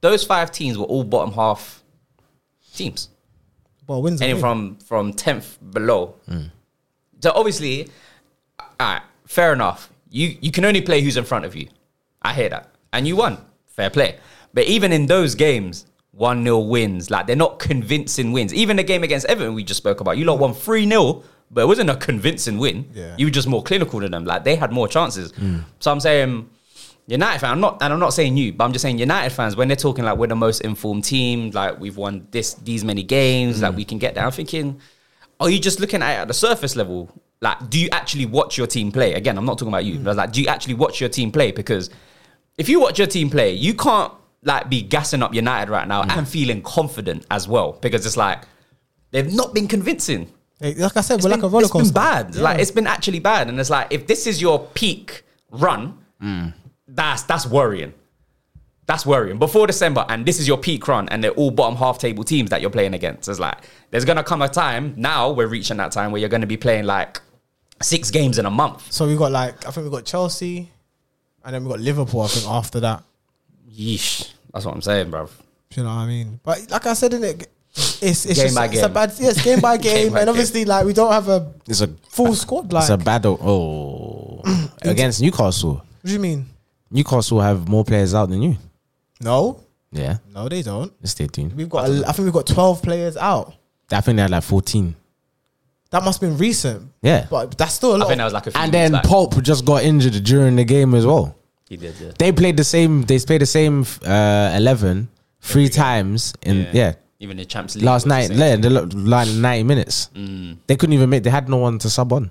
B: Those five teams were all bottom half teams.
D: Well, wins. a
B: Anything
D: win.
B: from from 10th below. So obviously, all right, fair enough. You you can only play who's in front of you. I hear that. And you won. Fair play. But even in those games, 1 0 wins, like they're not convincing wins. Even the game against Everton we just spoke about, you lot won 3 0, but it wasn't a convincing win.
D: Yeah.
B: You were just more clinical than them. Like they had more chances. So I'm saying, United fan, I'm not, and I'm not saying you, but I'm just saying United fans when they're talking like we're the most informed team, like we've won this these many games, like we can get there. I'm thinking, are you just looking at it at the surface level? Like, do you actually watch your team play? Again, I'm not talking about you, but like, do you actually watch your team play? Because if you watch your team play, you can't like be gassing up United right now and feeling confident as well because it's like they've not been convincing.
D: Like like I said,
B: It's
D: we're
B: been-
D: like a roller coaster.
B: It's been bad. Like
D: Yeah.
B: it's been actually bad. And it's like if this is your peak run, that's that's worrying. That's worrying. Before December, and this is your peak run, and they're all bottom half table teams that you're playing against. It's like there's gonna come a time now we're reaching that time where you're gonna be playing like six games in a month.
D: So we got like I think we got Chelsea, and then we got Liverpool. I think after that,
B: Yeesh. That's what I'm saying, bro.
D: Do you know what I mean? But like I said, in it, it's it's
B: Game
D: just,
B: by
D: it's a
B: game.
D: bad yes game by game,
B: by
D: and
B: game.
D: obviously like we don't have a
C: It's a
D: full squad. Like
C: it's a battle. Oh, against Newcastle.
D: what do you mean?
C: Newcastle have more players out than you.
D: No,
C: Yeah,
D: no, they don't.
C: it's their team.
D: We've got I think we've got twelve players out.
C: I think they had like fourteen.
D: That must have been recent,
C: Yeah,
D: but that's still a
B: I
D: lot.
B: think that was like a few
C: and
B: years
C: then
B: back.
C: Pope just got injured during the game as well.
B: He did, yeah.
C: They played the same. They played the same uh, eleven three times in yeah,
B: Even the Champions League.
C: last
B: was the
C: night.
B: same.
C: Yeah, the lo- like ninety minutes. They couldn't even make. They had no one to sub on.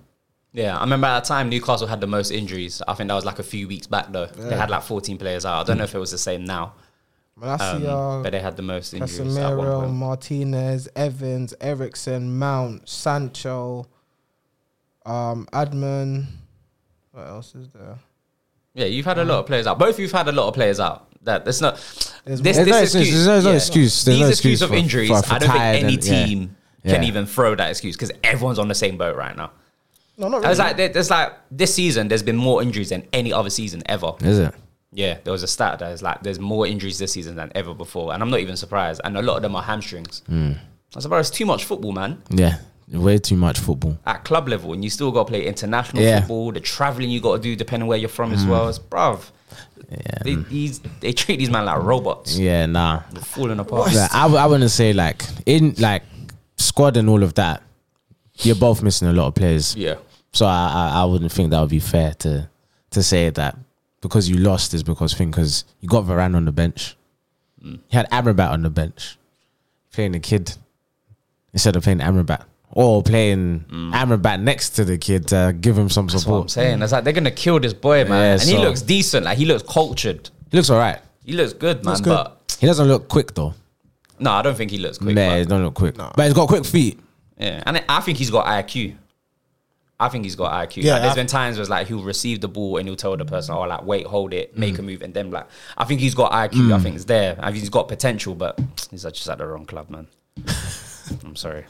B: Yeah, I remember at the time Newcastle had the most injuries. I think that was like a few weeks back though. They had like 14 pplayers out. I don't know if it was the same now, um,
D: Malacia,
B: but they had the most injuries at one
D: Casemiro,
B: point.
D: Martinez, Evans, Ericsson, Mount, Sancho, um, Adman. What else is there?
B: Yeah, you've had a lot of players out. Both of you've had a lot of players out. That that's not.
D: There's
B: This,
D: more.
B: this excuse,
C: There's no excuse- there's no
B: yeah.
C: excuse- there's
B: These
C: no
B: excuse
C: excuse
B: of
C: for-
B: injuries,
C: for- for
B: I don't think
C: tired
B: any
C: and- yeah.
B: team can
C: Yeah.
B: even throw that excuse because everyone's on the same boat right now.
D: No, not really.
B: It's like there's like this season. There's been more injuries than any other season ever.
C: Is it?
B: Yeah, there was a stat that is like there's more injuries this season than ever before, and I'm not even surprised. And a lot of them are hamstrings.
C: Hmm.
B: I suppose it's too much football, man.
C: Yeah, way too much football.
B: At club level, and you still got to play international
C: Yeah.
B: football. The traveling you got to do, depending where you're from, as well. It's bruv. They, these, they treat these men like robots.
C: Yeah, nah.
B: They're falling apart.
C: Like, I, w- I wouldn't say like in like squad and all of that. You're both missing a lot of players.
B: Yeah,
C: So I, I, I wouldn't think that would be fair to to say that because you lost is because thing because you got Varane on the bench.
B: Mm.
C: You had Amrabat on the bench, playing the kid instead of playing Amrabat or playing Amrabat next to the kid to give him some
B: Mm. that's what I'm
C: support.
B: saying. It's like they're gonna kill this boy, man.
C: Yeah,
B: and he
C: so-
B: looks decent. Like he looks cultured.
C: He looks all right.
B: He looks good, man.
D: good.
B: But
C: He doesn't look quick though.
B: no, I don't think he looks quick.
C: nah,
B: but-
C: he don't look quick. But he's got quick feet.
B: Yeah, and I think he's got IQ. I think he's got IQ.
D: Yeah,
B: like, there's
D: I-
B: been times where it's like he'll receive the ball and he'll tell the person, "Oh, like wait, hold it, make a move," and then like I think he's got IQ. I think it's there. I think he's got potential, but he's just at the wrong club, man. I'm sorry.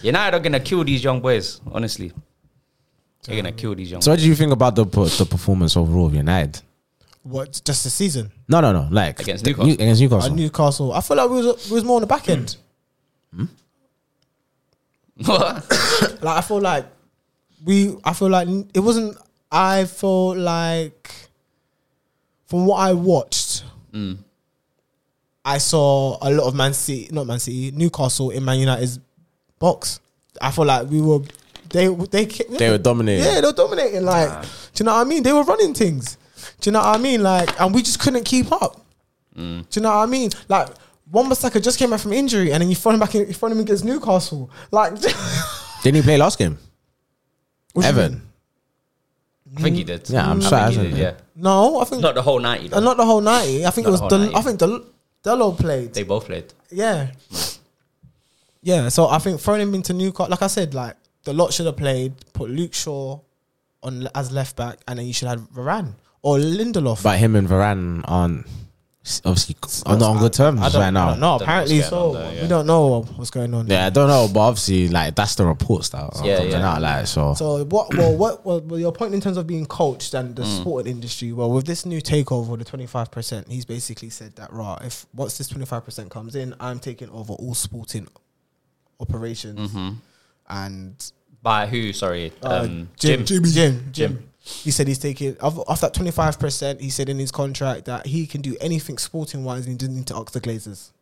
B: United are gonna kill these young boys. Honestly, they're gonna kill these young.
C: So what do you think about the per- the performance overall of United?
D: What? Just the season.
C: No, no, no. Like
B: Against
C: the-
B: Newcastle.
C: New- against
D: At
C: Newcastle.
D: Newcastle, I feel like we was, we was more on the back end. Like I feel like we, I feel like it wasn't. I feel like from what I watched,
C: Mm.
D: I saw a lot of Man City, not Man City, Newcastle in Man United's box. I feel like we were they they
C: They were dominating.
D: Yeah, they were dominating. Like, do you know what I mean? They were running things. Do you know what I mean? Like, and we just couldn't keep up.
C: Mm.
D: Do you know what I mean? Like. One Bissaka just came back from injury, and then you throw him back. In, you throw him against Newcastle. Like, what do
C: Didn't he play last game?
D: you mean?
C: Evan.
B: I think he did.
C: Yeah, I'm
B: I
C: sure I
B: think he
C: haven't,
B: did. Yeah,
D: No, I think
B: not the whole ninety.
D: Uh,
B: Though.
D: not the whole ninety. I think
B: Not
D: it was
B: the
D: the.
B: whole 90.
D: I think Del- Delo played.
B: They both played.
D: yeah. Yeah. So I think throwing him into Newcastle, like I said, like the lot should have played. Put Luke Shaw on as left back, and then you should have Varane or Lindelof.
C: But him and Varane aren't s- obviously c- are not on good terms
D: I don't,
C: right now.
D: I don't know.
B: Don't know
D: Apparently,
B: what's going
D: so
B: on there, yeah.
D: we don't know what's going on.
C: Yeah, I don't know, but obviously, like that's the reports that are
B: Yeah,
C: coming
B: yeah.
C: out. Like, so,
D: So what? Well, what? Well, well, your point in terms of being coached and the sport industry. Well, with this new takeover, the twenty five percent, he's basically said that right. If once this twenty five percent comes in, I'm taking over all sporting operations and
B: By who? Sorry,
D: uh,
B: um,
D: Jim,
B: Jim.
D: Jim, Jim,
B: Jim.
D: He said he's taking off, off that twenty five percent. He said in his contract that he can do anything sporting wise, and he didn't need to ask the Glazers.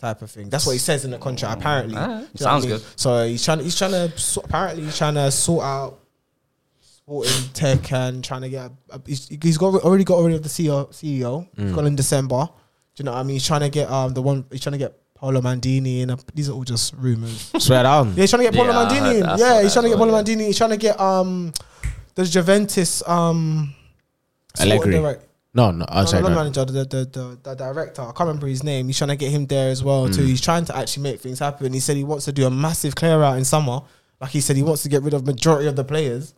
D: Type of thing. That's what he says in the contract. Apparently,
B: Ah,
D: Do you know what
B: sounds
D: I mean?
B: good.
D: So he's trying. He's trying to. sort- Apparently, he's trying to sort out sporting tech and trying to get. A, a- he's, he's got already got rid of the E CEO. CEO.
B: Mm.
D: He's gone in December. Do you know what I mean? He's trying to get um the one. He's trying to get Paolo Mandini and these are all just rumors.
C: swear down.
D: Yeah, he's trying to get Paolo
B: Yeah, I
D: Maldini.
B: heard
D: in.
B: that. I saw
D: Yeah,
B: that
D: he's trying to
B: as
D: get
B: well,
D: Paolo
B: yeah.
D: Maldini. He's trying to get um the Juventus um sporting
C: Allegri.
D: direct-
C: No, no, I'm
D: no,
C: sorry.
D: not the
C: No.
D: manager, the, the, the, the director. I can't remember his name. He's trying to get him there as well too. He's trying to actually make things happen. He said he wants to do a massive clear out in summer. Like he said, he wants to get rid of majority of the players.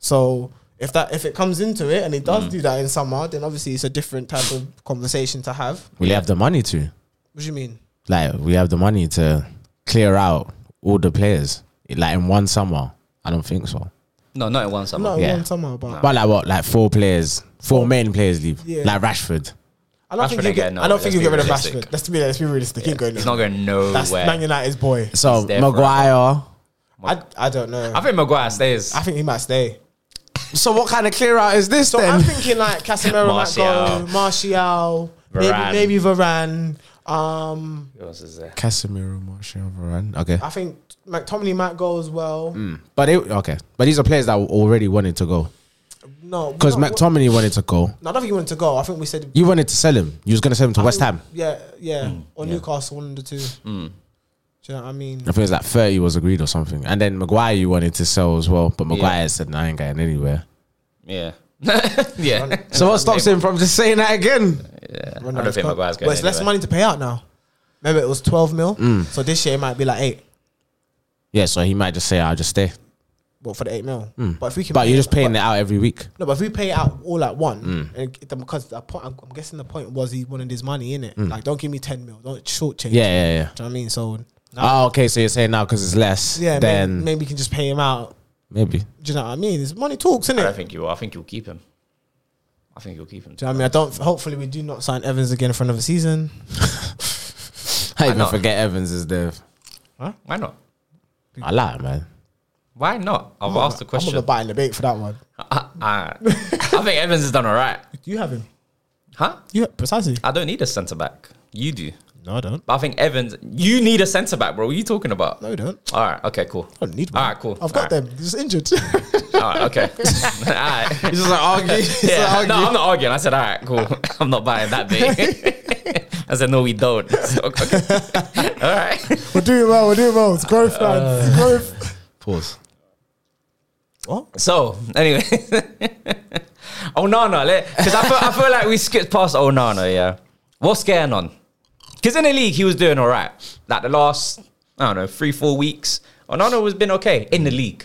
D: So if that if it comes into it and it does do that in summer, then obviously it's a different type of conversation to have.
C: We have the money to,
D: What do you mean?
C: like, we have the money to clear out all the players, like in one summer. I don't think so.
B: No, not in one summer.
D: Not
C: Yeah.
D: one summer, but
C: But like what? Like four players, four main players leave.
D: Yeah.
C: Like Rashford.
D: I don't
B: Rashford ain't
D: think you get.
B: getting nowhere,
D: I don't think
B: let's
D: you
B: be
D: get rid of
B: realistic.
D: Rashford. Let's be let's be realistic. Keep going.
B: He's not going nowhere.
D: That's Man United's boy.
C: So
B: there for
C: Maguire.
D: I I don't know.
B: I think Maguire stays.
D: I think he might stay.
C: So what kind of clear out is this
D: So
C: then?
D: I'm thinking like Casemiro might go,
B: Martial.
D: Martial,
B: Varane.
D: maybe maybe Varane. Um,
B: Who else is there?
C: Casemiro, Martial, Varane. Okay,
D: I think McTominay might go as well.
B: Mm.
C: but they, okay, but these are players that already wanted to go
D: No,
C: because
D: no,
C: McTominay wanted to go.
D: No, I don't think he wanted to go. I think we said
C: You wanted to sell him. You was gonna sell him to West Ham.
D: Yeah, yeah,
B: Mm,
D: or Newcastle, one of the two. Do you know what I mean?
C: I think it was like thirty was agreed or something, and then Maguire you wanted to sell as well, but Maguire said "No, I ain't going anywhere.
B: Yeah. yeah.
C: So what stops him from just saying that again?
B: yeah. I don't
D: Run down
B: think
D: the squad.
B: Maguire's going
D: Well, it's less
B: anywhere.
D: money to pay out now. Remember, it was twelve mil.
C: Mm.
D: So this year it might be like eight.
C: Yeah, so he might just say I'll just stay.
D: Well, for the eight mil. But if we
C: Mm.
D: can,
C: But
D: pay
C: you're
D: it-
C: just paying it out every week.
D: No, but if we pay it out all at one,
B: Mm.
D: and it- because the point, I'm, I'm guessing the point was he wanted his money in it.
B: Mm.
D: Like, don't give me ten mil. Don't
C: Yeah,
D: shortchange. me.
C: yeah, yeah.
D: Do you know what I mean? So now,
C: Oh, okay. So you're saying now because it's less,
D: yeah,
C: then
D: maybe, maybe we can just pay him out.
C: maybe.
D: Do you know what I mean? It's money talks, isn't
B: I
D: it?
B: don't think you will. I think you'll keep him. I think you'll keep him.
D: Do you know what I mean? I don't. Hopefully, we do not sign Evans again for another season.
C: I even
B: not?
C: forget Evans is there.
B: Why not?
C: I lie, man.
B: Why not? I've asked the
D: I'm gonna
B: question.
D: buy in the bait for that one.
B: I, I, I think Evans has done all right.
D: Do you have him?
B: Huh?
D: Yeah, precisely.
B: I don't need a centre back. You do.
D: No, I don't.
B: But I think Evans, you need a centre back, bro. What are you talking about?
D: No, I don't.
B: All right. Okay, cool.
D: I don't need one.
B: All right, cool.
D: I've got
B: All
D: them. Just injured.
B: right, All right, okay. all right.
C: He's just like argue.
B: Yeah. No, I'm not arguing. I said, all right, cool. I'm not buying that bit. I said, no, we don't. So, okay. all right.
D: we're doing well. We're doing well. It's growth, man. It's growth.
C: Pause.
B: So, anyway. oh, no, no. Because I feel, I feel like we skipped past oh, no, no, yeah. What's going on? Because in the league, he was doing all right. Like the last, I don't know, three, four weeks, Onana has been okay in the league.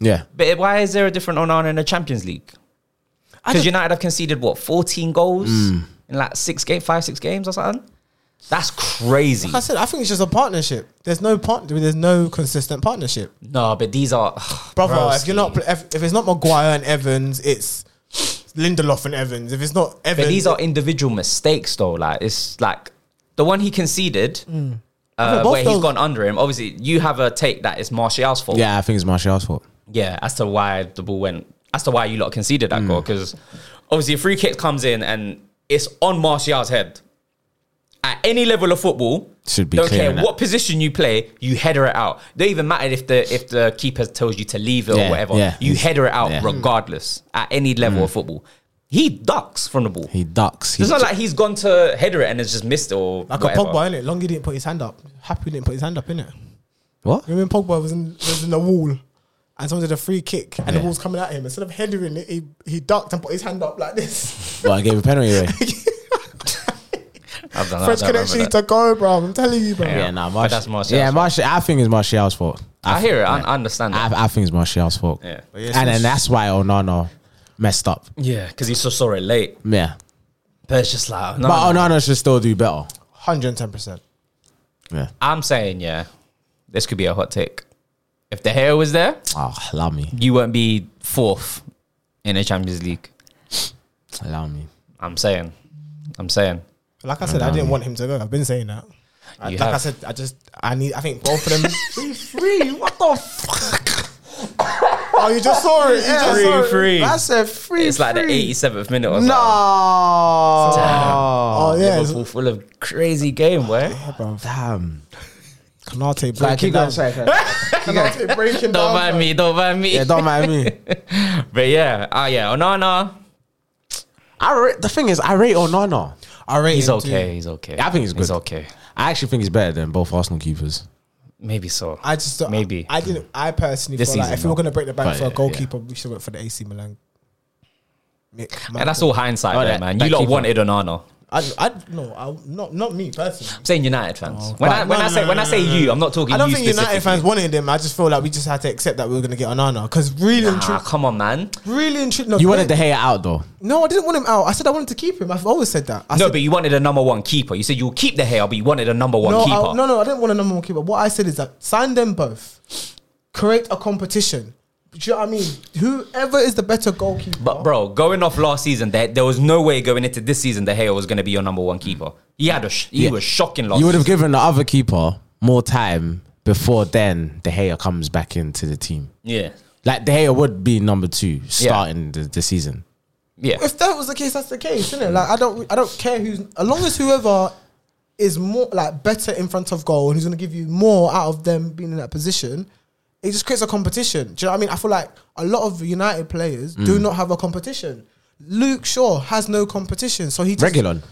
C: Yeah.
B: But why is there a different Onana in the Champions League? Because United have conceded, what, 14 goals in like six game, five, six games or something? That's crazy.
D: Like I said, I think it's just a partnership. There's no partner. There's no consistent partnership,
B: No, but these are.
D: brother.
B: Broski.
D: If you're not, if, if it's not Maguire and Evans, it's Lindelof and Evans. If it's not Evans,
B: But these are individual mistakes, though. Like it's like the one he conceded,
C: Mm.
B: uh,
D: think both
B: where he's
D: those-
B: gone under him. Obviously, you have a take that it's Martial's fault.
C: Yeah, I think it's Martial's fault.
B: yeah. As to why the ball went, as to why you lot conceded
C: Mm.
B: that goal, because obviously a free kick comes in and it's on Martial's head. At any level of football,
C: Should be
B: don't care
C: clearing that.
B: what position you play, you header it out. Don't even matter if the if the keeper tells you to leave it
C: Yeah,
B: or whatever.
C: yeah.
B: You header it out
C: Yeah. Mm.
B: regardless at any level of football. He ducks from the ball.
C: He ducks. He
B: It's not like he's gone to header it and has just missed it or
D: like
B: whatever.
D: a Pogba, innit? Longy didn't put his hand up. Happy didn't put his hand up, innit?
C: what?
D: You remember Pogba was in was in the wall and someone did a free kick and the
C: Yeah.
D: ball's coming at him. Instead of headering it, he, he ducked and put his hand up like this.
C: Well, I gave a penalty away.
B: I've done,
D: French connection to go, bro. I'm telling you, bro.
B: Yeah.
C: nah,
B: But
C: Martial.
B: that's Martial's
C: Yeah,
B: fault.
C: Martial. I think it's Martial's fault.
B: I hear it. I, I understand it.
C: I, I think it's Martial's fault.
B: Yeah. But
C: and then that's why Onana messed up.
B: Yeah, because he so sorry late.
C: Yeah.
B: But it's just like, no,
C: But
B: no.
C: Onana should still do better.
D: 110%.
C: Yeah.
B: I'm saying, yeah, this could be a hot take. If the hair was there,
C: Oh, allow me.
B: you won't be fourth in the Champions League.
C: Allow me.
B: I'm saying. I'm saying.
D: Like I said, I didn't want him to go. I've been saying that. I-
B: You
D: like
B: have.
D: I said, I just, I need, I think both of them.
B: Free, free. What the fuck?
D: oh, you just saw it. You just
B: Free,
D: saw it.
B: free.
C: a free.
B: It's like the 87th minute or something.
C: No.
D: Oh, yeah. it's-
B: Liverpool full of crazy game, where?
C: Damn.
D: Canate
C: Like,
D: breaking
C: keep
D: down.
C: going. Sorry, sorry. Keep going.
D: Canate
B: Don't
D: breaking down.
B: mind me, don't mind me.
C: Yeah, don't mind me.
B: But yeah, ah yeah, Onana,
C: I ra- the thing is, I rate Onana.
D: I rate
B: he's
D: him
B: okay,
D: too.
B: he's okay.
C: I think he's
B: He's
C: good.
B: okay.
C: I actually think he's better than both Arsenal keepers.
B: Maybe so.
D: I just don't,
B: Maybe.
D: I, didn't. I personally
B: This
D: feel like
B: season,
D: if we were
B: no.
D: going to break the bank
C: But
D: for
C: yeah,
D: a
C: yeah.
D: goalkeeper, we should work for the AC Milan. Mick
B: and that's
D: Michael.
B: all hindsight,
C: Oh,
B: there,
C: that-
B: man.
C: that
B: You lot
C: keeper.
B: wanted Onana.
D: I, I no, I, not not me personally.
B: I'm saying United fans. when I, when
D: Oh, No,
B: I
D: no,
B: say
D: no,
B: when I
D: no,
B: say
D: no,
B: you, I'm not talking.
D: I don't
B: you
D: think United
B: specifically.
D: fans wanted him. I just feel like we just had to accept that we were going to get Onana because really and
B: Ah,
D: truly,
B: come on, man.
D: really and truly, no,
C: You wanted the
D: Ben-
C: hair out though.
D: No, I didn't want him out. I said I wanted to keep him. I've always said that. I
B: No,
D: said,
B: but you wanted a number one keeper. You said you'll keep the hair, but you wanted a number one
D: no,
B: keeper.
D: I, no, no, I didn't want a number one keeper. What I said is that sign them both, create a competition. Do you know what I mean? Whoever is the better goalkeeper.
B: But bro, going off last season, there, there was no way going into this season that Hale was going to be your number one keeper. He had a sh- he
C: Yeah.
B: was shocking last.
C: You would
B: season.
C: have given the other keeper more time before then De Gea comes back into the team.
B: yeah,
C: Like De Gea would be number two starting the, the season.
B: yeah.
D: if that was the case, that's the case, isn't it? Like I don't, I don't care who's as long as whoever is more like better in front of goal and who's going to give you more out of them being in that position. It just creates a competition. Do you know what I mean? I feel like a lot of United players do not have a competition. Luke Shaw has no competition, so he just,
C: Regulon.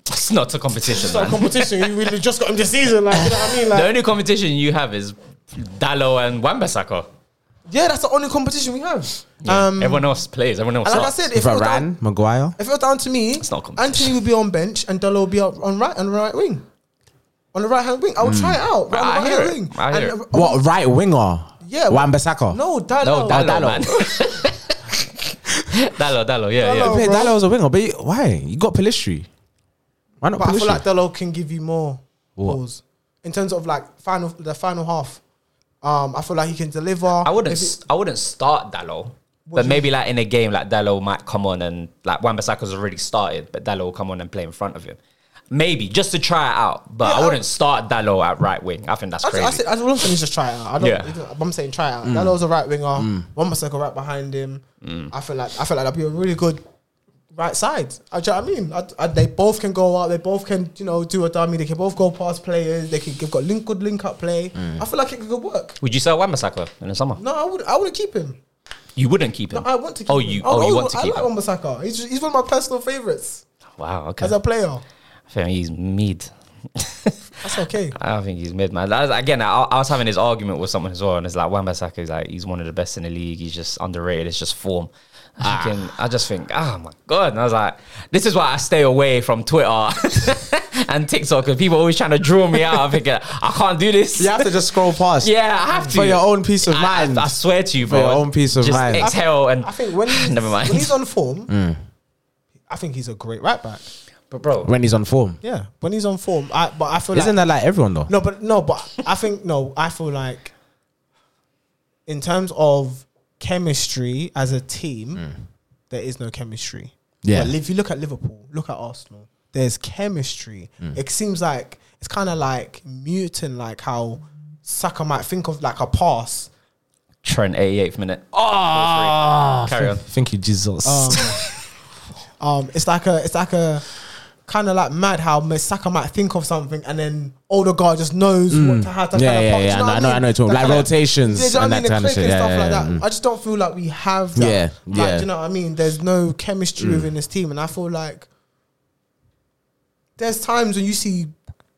B: It's not a competition.
D: It's not
B: man.
D: a competition. you really just got him this season, like you know what I mean? Like,
B: the only competition you have is Dallo and Wambasaka.
D: yeah, that's the only competition we have. Um, and
B: everyone else plays. Everyone else.
D: like I
B: sucks.
D: said, if it, was down,
C: Varane, Maguire.
D: if it was down to me,
B: not a competition.
D: Anthony would be on bench and Delo would be up on right on the right wing, on the right hand wing. I
C: Hmm.
D: would try it out. Right
B: I
D: on the
B: hear
D: right
B: it.
D: wing.
B: I hear
D: And- oh,
B: it.
C: What right winger?
D: Yeah,
C: Wan
D: but-
C: Bissaka.
D: No, Delo.
B: no, Dallo,
C: Dallo.
B: man. Dallo, Dallo, yeah,
D: Dallo.
B: yeah.
C: Wait,
D: bro.
C: Dalo was a winger, but you, why? You got Pelistri. Why not
D: But I
C: Pelistri?
D: feel like Delo can give you more
C: What?
D: goals in terms of like final the final half. Um, I feel like he can deliver.
B: I wouldn't.
D: If it-
B: I wouldn't start Dallo, but maybe like in a game, like Dallo might come on and like Wambasaka's already started, but Dallo will come on and play in front of him. Maybe just to try it out, but
D: Yeah,
B: I
D: I-
B: wouldn't start Dallo at right wing. I think that's
D: I,
B: crazy.
D: I said, I don't think just try it out. I don't,
B: Yeah. Mm.
D: it doesn't- I'm saying try it out. That was a right winger. One circle right behind him. I feel like I feel like that'd be a really good right side. Uh, Do you know what I mean? I, I, they both can go out. They both can you know do a dummy. They can both go past players. They can give got link good link up play.
B: Mm.
D: I feel like it could work.
B: Would you sell Wambasaka in the summer?
D: No, I would I would keep him.
B: You wouldn't keep
D: No,
B: him.
D: I want to. keep
B: Oh,
D: him.
B: you.
D: I,
B: Oh,
D: I
B: you want to
D: I
B: keep
D: like
B: him.
D: Wan-Bissaka. He's, he's one of my personal favorites
B: Wow. Okay.
D: as a player.
B: I think he's mid.
D: That's okay.
B: I don't think he's mid, man. That was- again, I, I was having this argument with someone as well, and it's like Wambasaka is like he's one of the best in the league. He's just underrated. It's just form.
C: Ah.
B: I, thinking, I just think, oh my god! And I was like, this is why I stay away from Twitter and TikTok because people are always trying to draw me out. I'm thinking, I can't do this.
C: you have to just scroll past.
B: Yeah, I have to
C: For your own peace of
B: I-
C: mind.
B: I, swear to you, bro.
C: your own peace of
B: just
C: mind.
B: Exhale and
D: I think when he's,
B: never mind. Mm.
D: when he's on form, I think he's a great right back.
B: but bro,
C: when he's on form.
D: Yeah, when he's on form, I but I feel
C: Isn't
D: like
C: that like everyone though?
D: no, but no, but I think no, I feel like in terms of chemistry as a team, there is no chemistry.
C: Hmm. Yeah.
D: but if you look at Liverpool, look at Arsenal, there's chemistry.
C: Hmm.
D: It seems like it's kind of like mutant, like how Saka might think of like a pass.
B: Trent, 88th minute. Oh, carry on.
C: Ah, Thank you, Jesus.
D: Um, it's like a, it's like a kind of like mad how Saka might think of something and then Odegaard just knows what to how to
C: Mm. Yeah,
D: kind
C: yeah,
D: of
C: yeah, I know- I know what you're talking
D: what
C: about. Like rotations
D: yeah, do you know
C: and
D: what I
C: that
D: mean?
C: kind of
D: The click
C: shit.
D: and
C: Yeah,
D: stuff like
C: yeah,
D: that.
C: yeah. mm.
D: I just don't feel like we have that.
C: Yeah,
D: like,
C: yeah. Mm.
D: Do you know what I mean? There's no chemistry within this team, and I feel like there's times when you see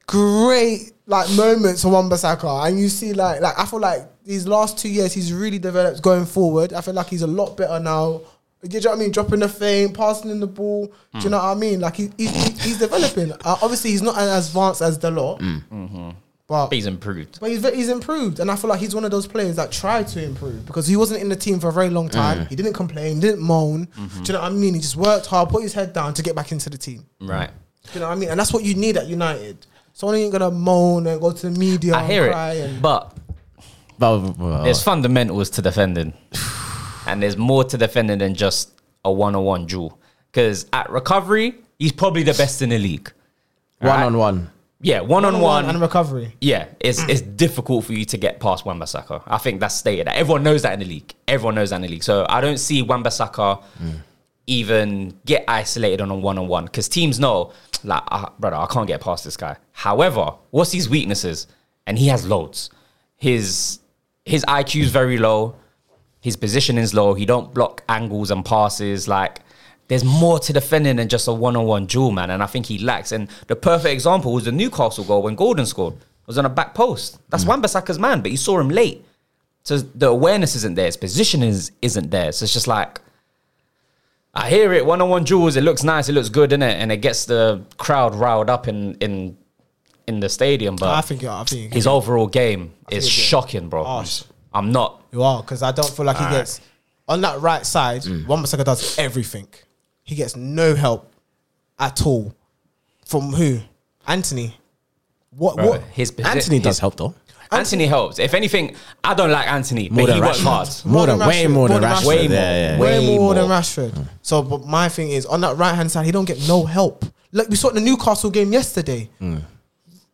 D: great like moments of Wan Bissaka, and you see like like I feel like these last two years he's really developed going forward. I feel like he's a lot better now. Do you know what I mean? Dropping the feint, passing in the ball. Do you know what I mean? Like he, he, he- he's developing. Uh, obviously, he's not as advanced as the lot, but
B: He's improved.
D: but he's ve- he's improved, and I feel like he's one of those players that tried to improve because he wasn't in the team for a very long time. He didn't complain, didn't moan. Do you know what I mean? He just worked hard, put his head down to get back into the team.
B: Right.
D: Do you know what I mean? And that's what you need at United. Someone ain't gonna moan and go to the media
B: I hear
D: and cry
B: it,
D: and
B: but
C: But- but-
B: There's fundamentals to defending, and there's more to defending than just a one-on-one duel. Because at recovery, he's probably the best in the league.
C: one
B: Right.
C: on one.
B: Yeah, one-on-one.
D: and recovery.
B: yeah, it's it's difficult for you to get past Wambasaka. I think that's stated. Everyone knows that in the league. Everyone knows that in the league. So I don't see Wambasaka even get isolated on a one-on-one because teams know, like, ah, brother, I can't get past this guy. However, what's his weaknesses? And he has loads. His his IQ is very low. His position is low. He don't block angles and passes. Like there's more to defending than just a one-on-one duel, man. And I think he lacks. And the perfect example was the Newcastle goal when Gordon scored. It was on a back post. That's
D: Hmm.
B: Wan-Bissaka's man, but you saw him late. So the awareness isn't there. His position is isn't there. So it's just like I hear it one-on-one duels. It looks nice. It looks good, innit? And it gets the crowd riled up in in in the stadium. But
D: I think you are. I think
B: his overall game is
D: you're
B: shocking, bro.
D: Arse.
B: I'm not.
D: you are because I don't feel like he gets on that right side.
B: Mm.
D: Wan Bissaka does everything. He gets no help at all from who? Anthony. What?
B: Bro,
D: What?
B: his posi-
C: Anthony does
B: his-
C: help though.
B: Anthony helps. If anything, I don't like Anthony,
C: More
B: but
C: than
B: he worked
C: Rashford.
B: hard.
C: More than,
D: More than
C: way
D: Rashford.
C: more than
D: More than
C: Rashford.
B: Way
C: Yeah,
B: more.
C: yeah, yeah.
D: Way,
B: Way
D: more, than
B: more. Mm.
D: Rashford. So, but my thing is, on that right hand side, he don't get no help. Like we saw in the Newcastle game yesterday.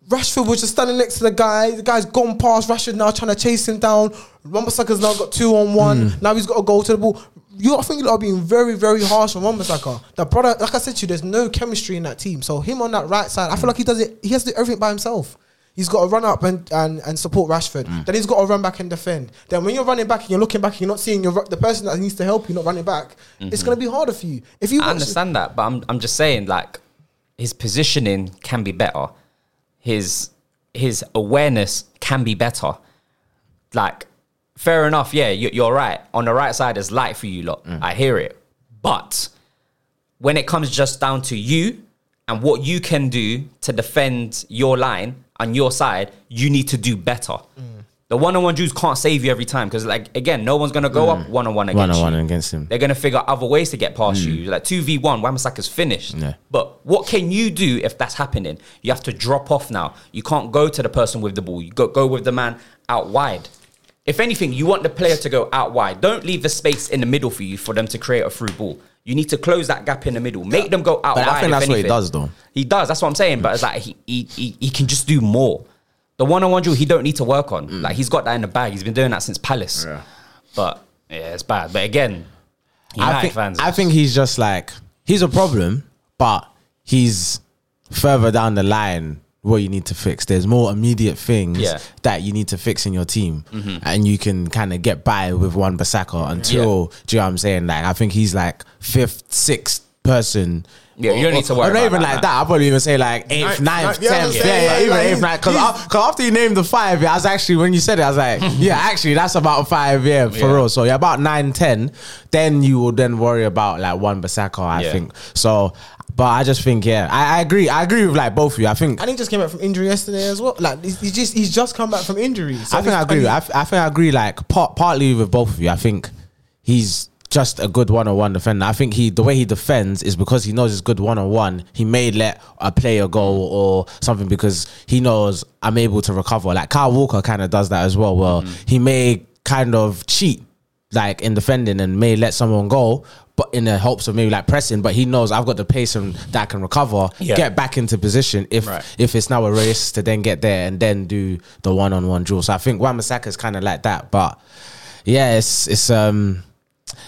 D: Rashford was just standing next to the guy. The guy's gone past Rashford now, trying to chase him down. Wan-Bissaka's now got two on one.
C: Mm.
D: Now he's got to go to the ball. You, I think you lot are being very, very harsh on Wan-Bissaka. The brother, like I said to you, there's no chemistry in that team. So him on that right side, I feel like he does it. He has to do everything by himself. He's got to run up and, and, and support Rashford.
C: Mm.
D: Then he's got to run back and defend. Then when you're running back and you're looking back and you're not seeing your, ru- the person that needs to help you not running back,
C: Mm-hmm.
D: it's going to be harder for you. If you
B: I
D: watch-
B: understand that, but I'm I'm just saying like his positioning can be better. His his awareness can be better. Like, fair enough. Yeah, you- you're right. On the right side, it's light for you
D: Mm.
B: lot. I hear it, but when it comes just down to you and what you can do to defend your line and your side, you need to do better.
D: Mm.
B: The one-on-one Jews can't save you every time because, like, again, no one's gonna go
D: Mm.
B: up one-on-one against
C: One on
B: you.
C: one against him.
B: They're going to figure out other ways to get past you. Like 2v1, Wamasaka's finished.
C: Mm. Yeah.
B: But what can you do if that's happening? You have to drop off now. You can't go to the person with the ball. You go, go with the man out wide. If anything, you want the player to go out wide. Don't leave the space in the middle for you for them to create a through ball. You need to close that gap in the middle. Make them go out wide.
C: But I think
B: if
C: that's what he
B: anything.
C: does, though.
B: He does. That's what I'm saying. But it's like he he, he, he can just do more. The one on one drill he don't need to work on. Like he's got that in the bag. He's been doing that since Palace.
C: Mm. Yeah.
B: But yeah, it's bad. But again, United
C: I think,
B: fans.
C: I think he's just like he's a problem, but he's further down the line what you need to fix. There's more immediate things
B: Yeah. Mm-hmm.
C: that you need to fix in your team, and you can kind of get by with one Basaka until do you know what I'm saying? Like I think he's like fifth, sixth person.
B: Yeah, you don't need to worry
C: Or not
B: about
C: even
B: that,
C: like that. I'll probably even say like eighth,
D: Ninth,
C: ninth,
D: ninth, yeah,
C: tenth.
D: I'm
C: Yeah,
D: saying,
C: yeah,
D: like,
C: even
D: like,
C: eighth, ninth. Because
D: he's-
C: Cause after you named the five, yeah, I was actually when you said it, I was like, yeah, actually that's about five, yeah, for
B: Yeah.
C: real. So you're about nine, ten. Then you will then worry about like one Basaka, I
B: Yeah.
C: think. So, but I just think, yeah, I, I agree. I agree with like both of you. I think, I,
D: and he just came back from injury yesterday as well. Like he's, he's just he's just come back from injury. So
C: think I
D: he's-
C: agree. with- I, th- I think I agree. Like part, partly with both of you. I think he's just a good one-on-one defender. I think he the way he defends is because he knows he's good one-on-one. He may let a player go or something because he knows I'm able to recover. Like Kyle Walker kind of does that as well. Well, he may kind of cheat like in defending and may let someone go, but in the hopes of maybe like pressing. But he knows I've got the pace and that I can recover,
B: Yeah.
C: get back into position if
B: Right.
C: if it's now a race to then get there and then do the one on one duel. So I think Wamasaka is kind of like that, but yeah, it's it's um.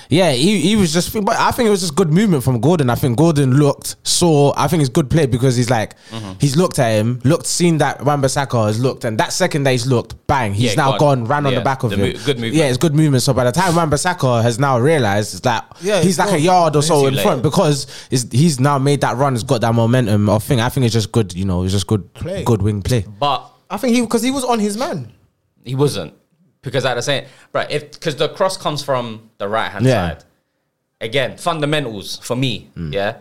C: Yeah, he, he was just, but I think it was just good movement from Gordon. I think Gordon looked, saw, I think it's good play because he's like,
B: Mm-hmm.
C: he's looked at him, looked, seen that Wambasaka has looked, and that second that he's looked, bang, he's
B: Yeah,
C: now
B: gone.
C: gone, ran on
B: Yeah,
C: the back of
B: the
C: him.
B: mo- good movement.
C: Yeah, it's good movement. So by the time Wambasaka has now realized that
D: Yeah,
C: he's
D: he's
C: like a
D: gone.
C: yard or so
B: too
C: in
B: late.
C: front because it's, he's now made that run, it's got that momentum of thing. I think it's just good, you know, it's just good,
D: Play.
C: good wing play.
B: but
D: I think he because he was on his man.
B: he wasn't because I was saying, right? If because the cross comes from the right hand
C: Yeah. Hmm.
B: side. Again, fundamentals for me. Yeah.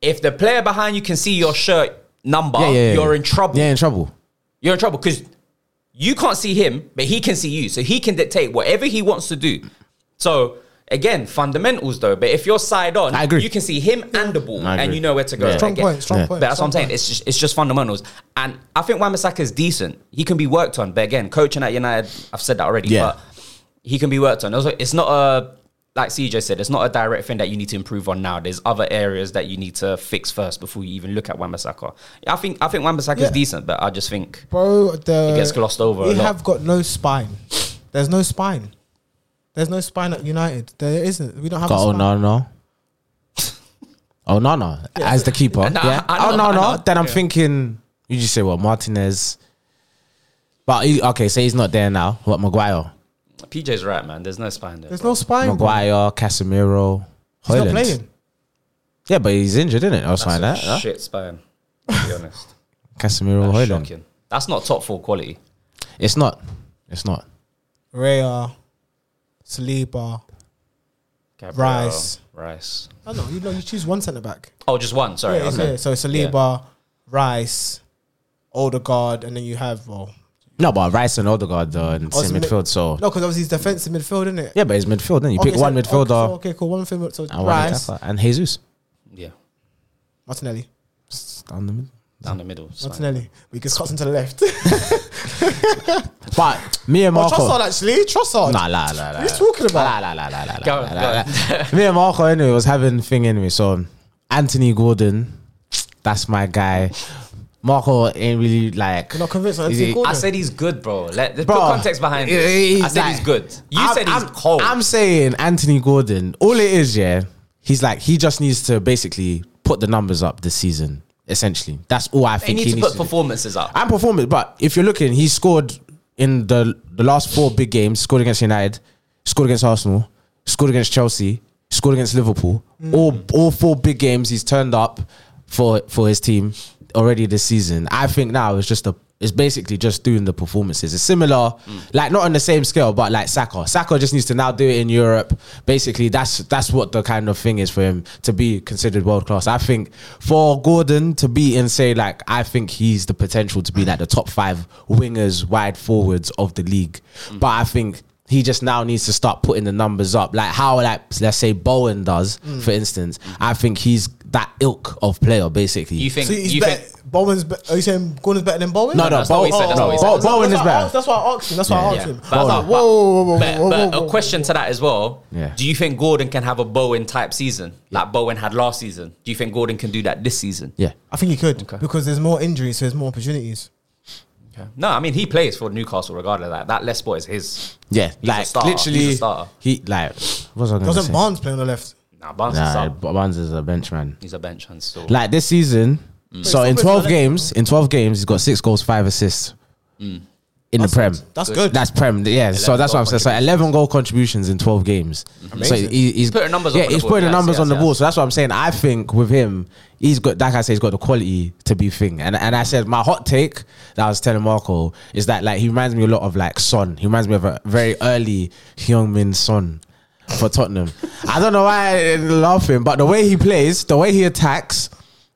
B: If the player behind you can see your shirt number,
C: Yeah, yeah, yeah.
B: Oh, you're in trouble.
C: Yeah, in trouble.
B: You're in trouble because you can't see him, but he can see you. So he can dictate whatever he wants to do. So again, fundamentals though. But if you're side on,
C: I agree.
B: you can see him and the ball
C: I
B: and
C: agree.
B: you know where to go.
C: Yeah.
D: Strong
B: Again,
D: point, strong
C: Yeah.
D: point.
B: But that's what I'm
D: strong
B: saying. It's just, it's just fundamentals. And I think Wamasaka is decent. He can be worked on. But again, coaching at United, I've said that already.
C: Yeah.
B: But he can be worked on. Also, it's not a like CJ said, it's not a direct thing that you need to improve on now. There's other areas that you need to fix first before you even look at Wamasaka. I think I think Wamasaka
D: Yeah.
B: is decent, but I just think
D: bro. The
B: It gets glossed over a
D: We
B: lot.
D: have got no spine. There's no spine. There's no spine at United. There isn't. We don't have.
C: Got
D: a
C: oh
D: spine.
C: no no. Oh no no as the keeper.
B: Nah,
C: yeah.
B: I know,
C: oh no
B: I
C: no.
B: know.
C: Then I'm thinking you just say what Martinez. But he, okay, so he's not there now. What Maguire?
B: PJ's right, man. There's no spine there.
D: There's no spine. bro.
C: Maguire, Casemiro,
D: He's not
C: Højlund.
D: playing.
C: Yeah, but he's injured, isn't it? Or something like
B: That's
C: that.
B: a
C: huh?
B: shit spine. To be honest,
C: Casemiro,
B: that's
C: Hoyland.
B: shocking. That's not top four quality.
C: It's not. It's not.
D: Raya, Saliba.
B: Gabriel,
D: Rice.
B: Rice.
D: I don't know. You know, you choose one centre back.
B: Oh, just one. Sorry.
D: yeah, it's-
B: okay.
D: yeah, so Saliba, Rice, Odegaard, and then you have well,
C: No, but Rice and Odegaard uh, in the
D: Oh,
C: same
D: it's mid-
C: midfield. So
D: no, because obviously he's defensive midfield, isn't it?
C: yeah, but it's midfield. Then you pick one midfielder
D: Okay, cool. One midfielder. So
C: and one
D: Rice,
C: attacker, and Jesus
B: Yeah.
D: Martinelli.
C: It's down the middle.
B: down the middle. It's fine.
D: Martinelli. We just cut him to the left.
C: But me and
D: Oh,
C: Marco.
D: Trossard actually. Trossard.
C: Nah, nah, nah, nah.
D: What are you talking about?
C: Nah, nah, nah, nah, nah,
B: Go,
C: nah,
B: go.
C: nah, nah. Me and Marco anyway was having thing anyway. So Anthony Gordon, that's my guy. Marco ain't really like.
D: You're not convinced on
C: Is
D: Anthony
C: he-
D: Gordon?
B: I said he's good, bro. Let, let's
C: Bro,
B: put context behind
C: he-
B: it.
C: he's
B: I said
C: like-
B: he's good. You
C: I'm-
B: said he's
C: I'm,
B: cold.
C: I'm saying Anthony Gordon. All it is, yeah, he's like he just needs to basically put the numbers up this season. Essentially, that's all I
B: they
C: think
B: need
C: he
B: to
C: needs
B: put
C: to do.
B: performances up.
C: and performance. But if you're looking, he scored in the the last four big games. Scored against United, scored against Arsenal, scored against Chelsea, scored against Liverpool. All all four big games he's turned up for for his team already this season. I think now it's just a it's basically just doing the performances. It's similar,
B: Mm.
C: like not on the same scale, but like Saka. Saka just needs to now do it in Europe. Basically, that's that's what the kind of thing is for him to be considered world class. I think for Gordon to be in say like I think he's the potential to be like the top five wingers, wide forwards of the league.
B: Mm.
C: But I think he just now needs to start putting the numbers up, like how like let's say Bowen does, for instance. I think he's that ilk of player basically.
B: you think?
D: So he's
B: you
D: better.
B: think?
D: Bowen's. Be- are you saying Gordon's better than Bowen?
C: no, no,
B: that's not what
C: Bowen,
B: he said, that's not
C: no,
B: what he
C: Bo-
B: said.
C: Bowen is
D: that's why I asked-
C: better.
D: That's why I asked him. That's why I
C: Yeah.
D: asked him.
B: But I was like,
D: whoa, whoa, whoa, whoa,
B: But,
D: whoa, whoa,
B: but
D: whoa,
B: a question to that as well.
C: Yeah.
B: Do you think Gordon can have a Bowen type season like Bowen had last season? Do you think Gordon can do that this season?
C: Yeah.
D: I think he could
B: Okay.
D: because there's more injuries, so there's more opportunities.
B: Okay. No, I mean he plays for Newcastle regardless. Like that left spot is his.
C: Yeah,
B: He's a
C: like
B: starter. He's a
C: literally,
B: starter.
C: he like what's I gonna
D: Doesn't
C: say?
D: Barnes play on the left?
B: Nah, Barnes is
C: Nah,
B: up.
C: B- Barnes is a bench man.
B: He's a bench and so
C: Like this season, so
B: Mm.
D: Wait,
C: in
D: so
C: twelve
D: wait,
C: games, in twelve games, he's got six goals, five assists in the Prem.
D: That's good.
C: That's Prem, yeah. So
B: 11
C: that's what I'm
B: Mm. goal
C: saying. So 11 goal contributions in 12 games. So
D: Amazing.
C: he, he's
B: putting numbers
C: Yeah,
B: up on the
C: he's
B: board.
C: putting the
B: Yes,
C: numbers on
B: yes,
C: the
B: yes.
C: board. So that's what I'm saying. I think with him, he's got, like I said, he's got the quality to be thing. And and I said my hot take that I was telling Marco is that like he reminds me a lot of like Son. He reminds me of a very early Heung-Min Son. For Tottenham, I don't know why I'm laughing, but the way he plays, the way he attacks,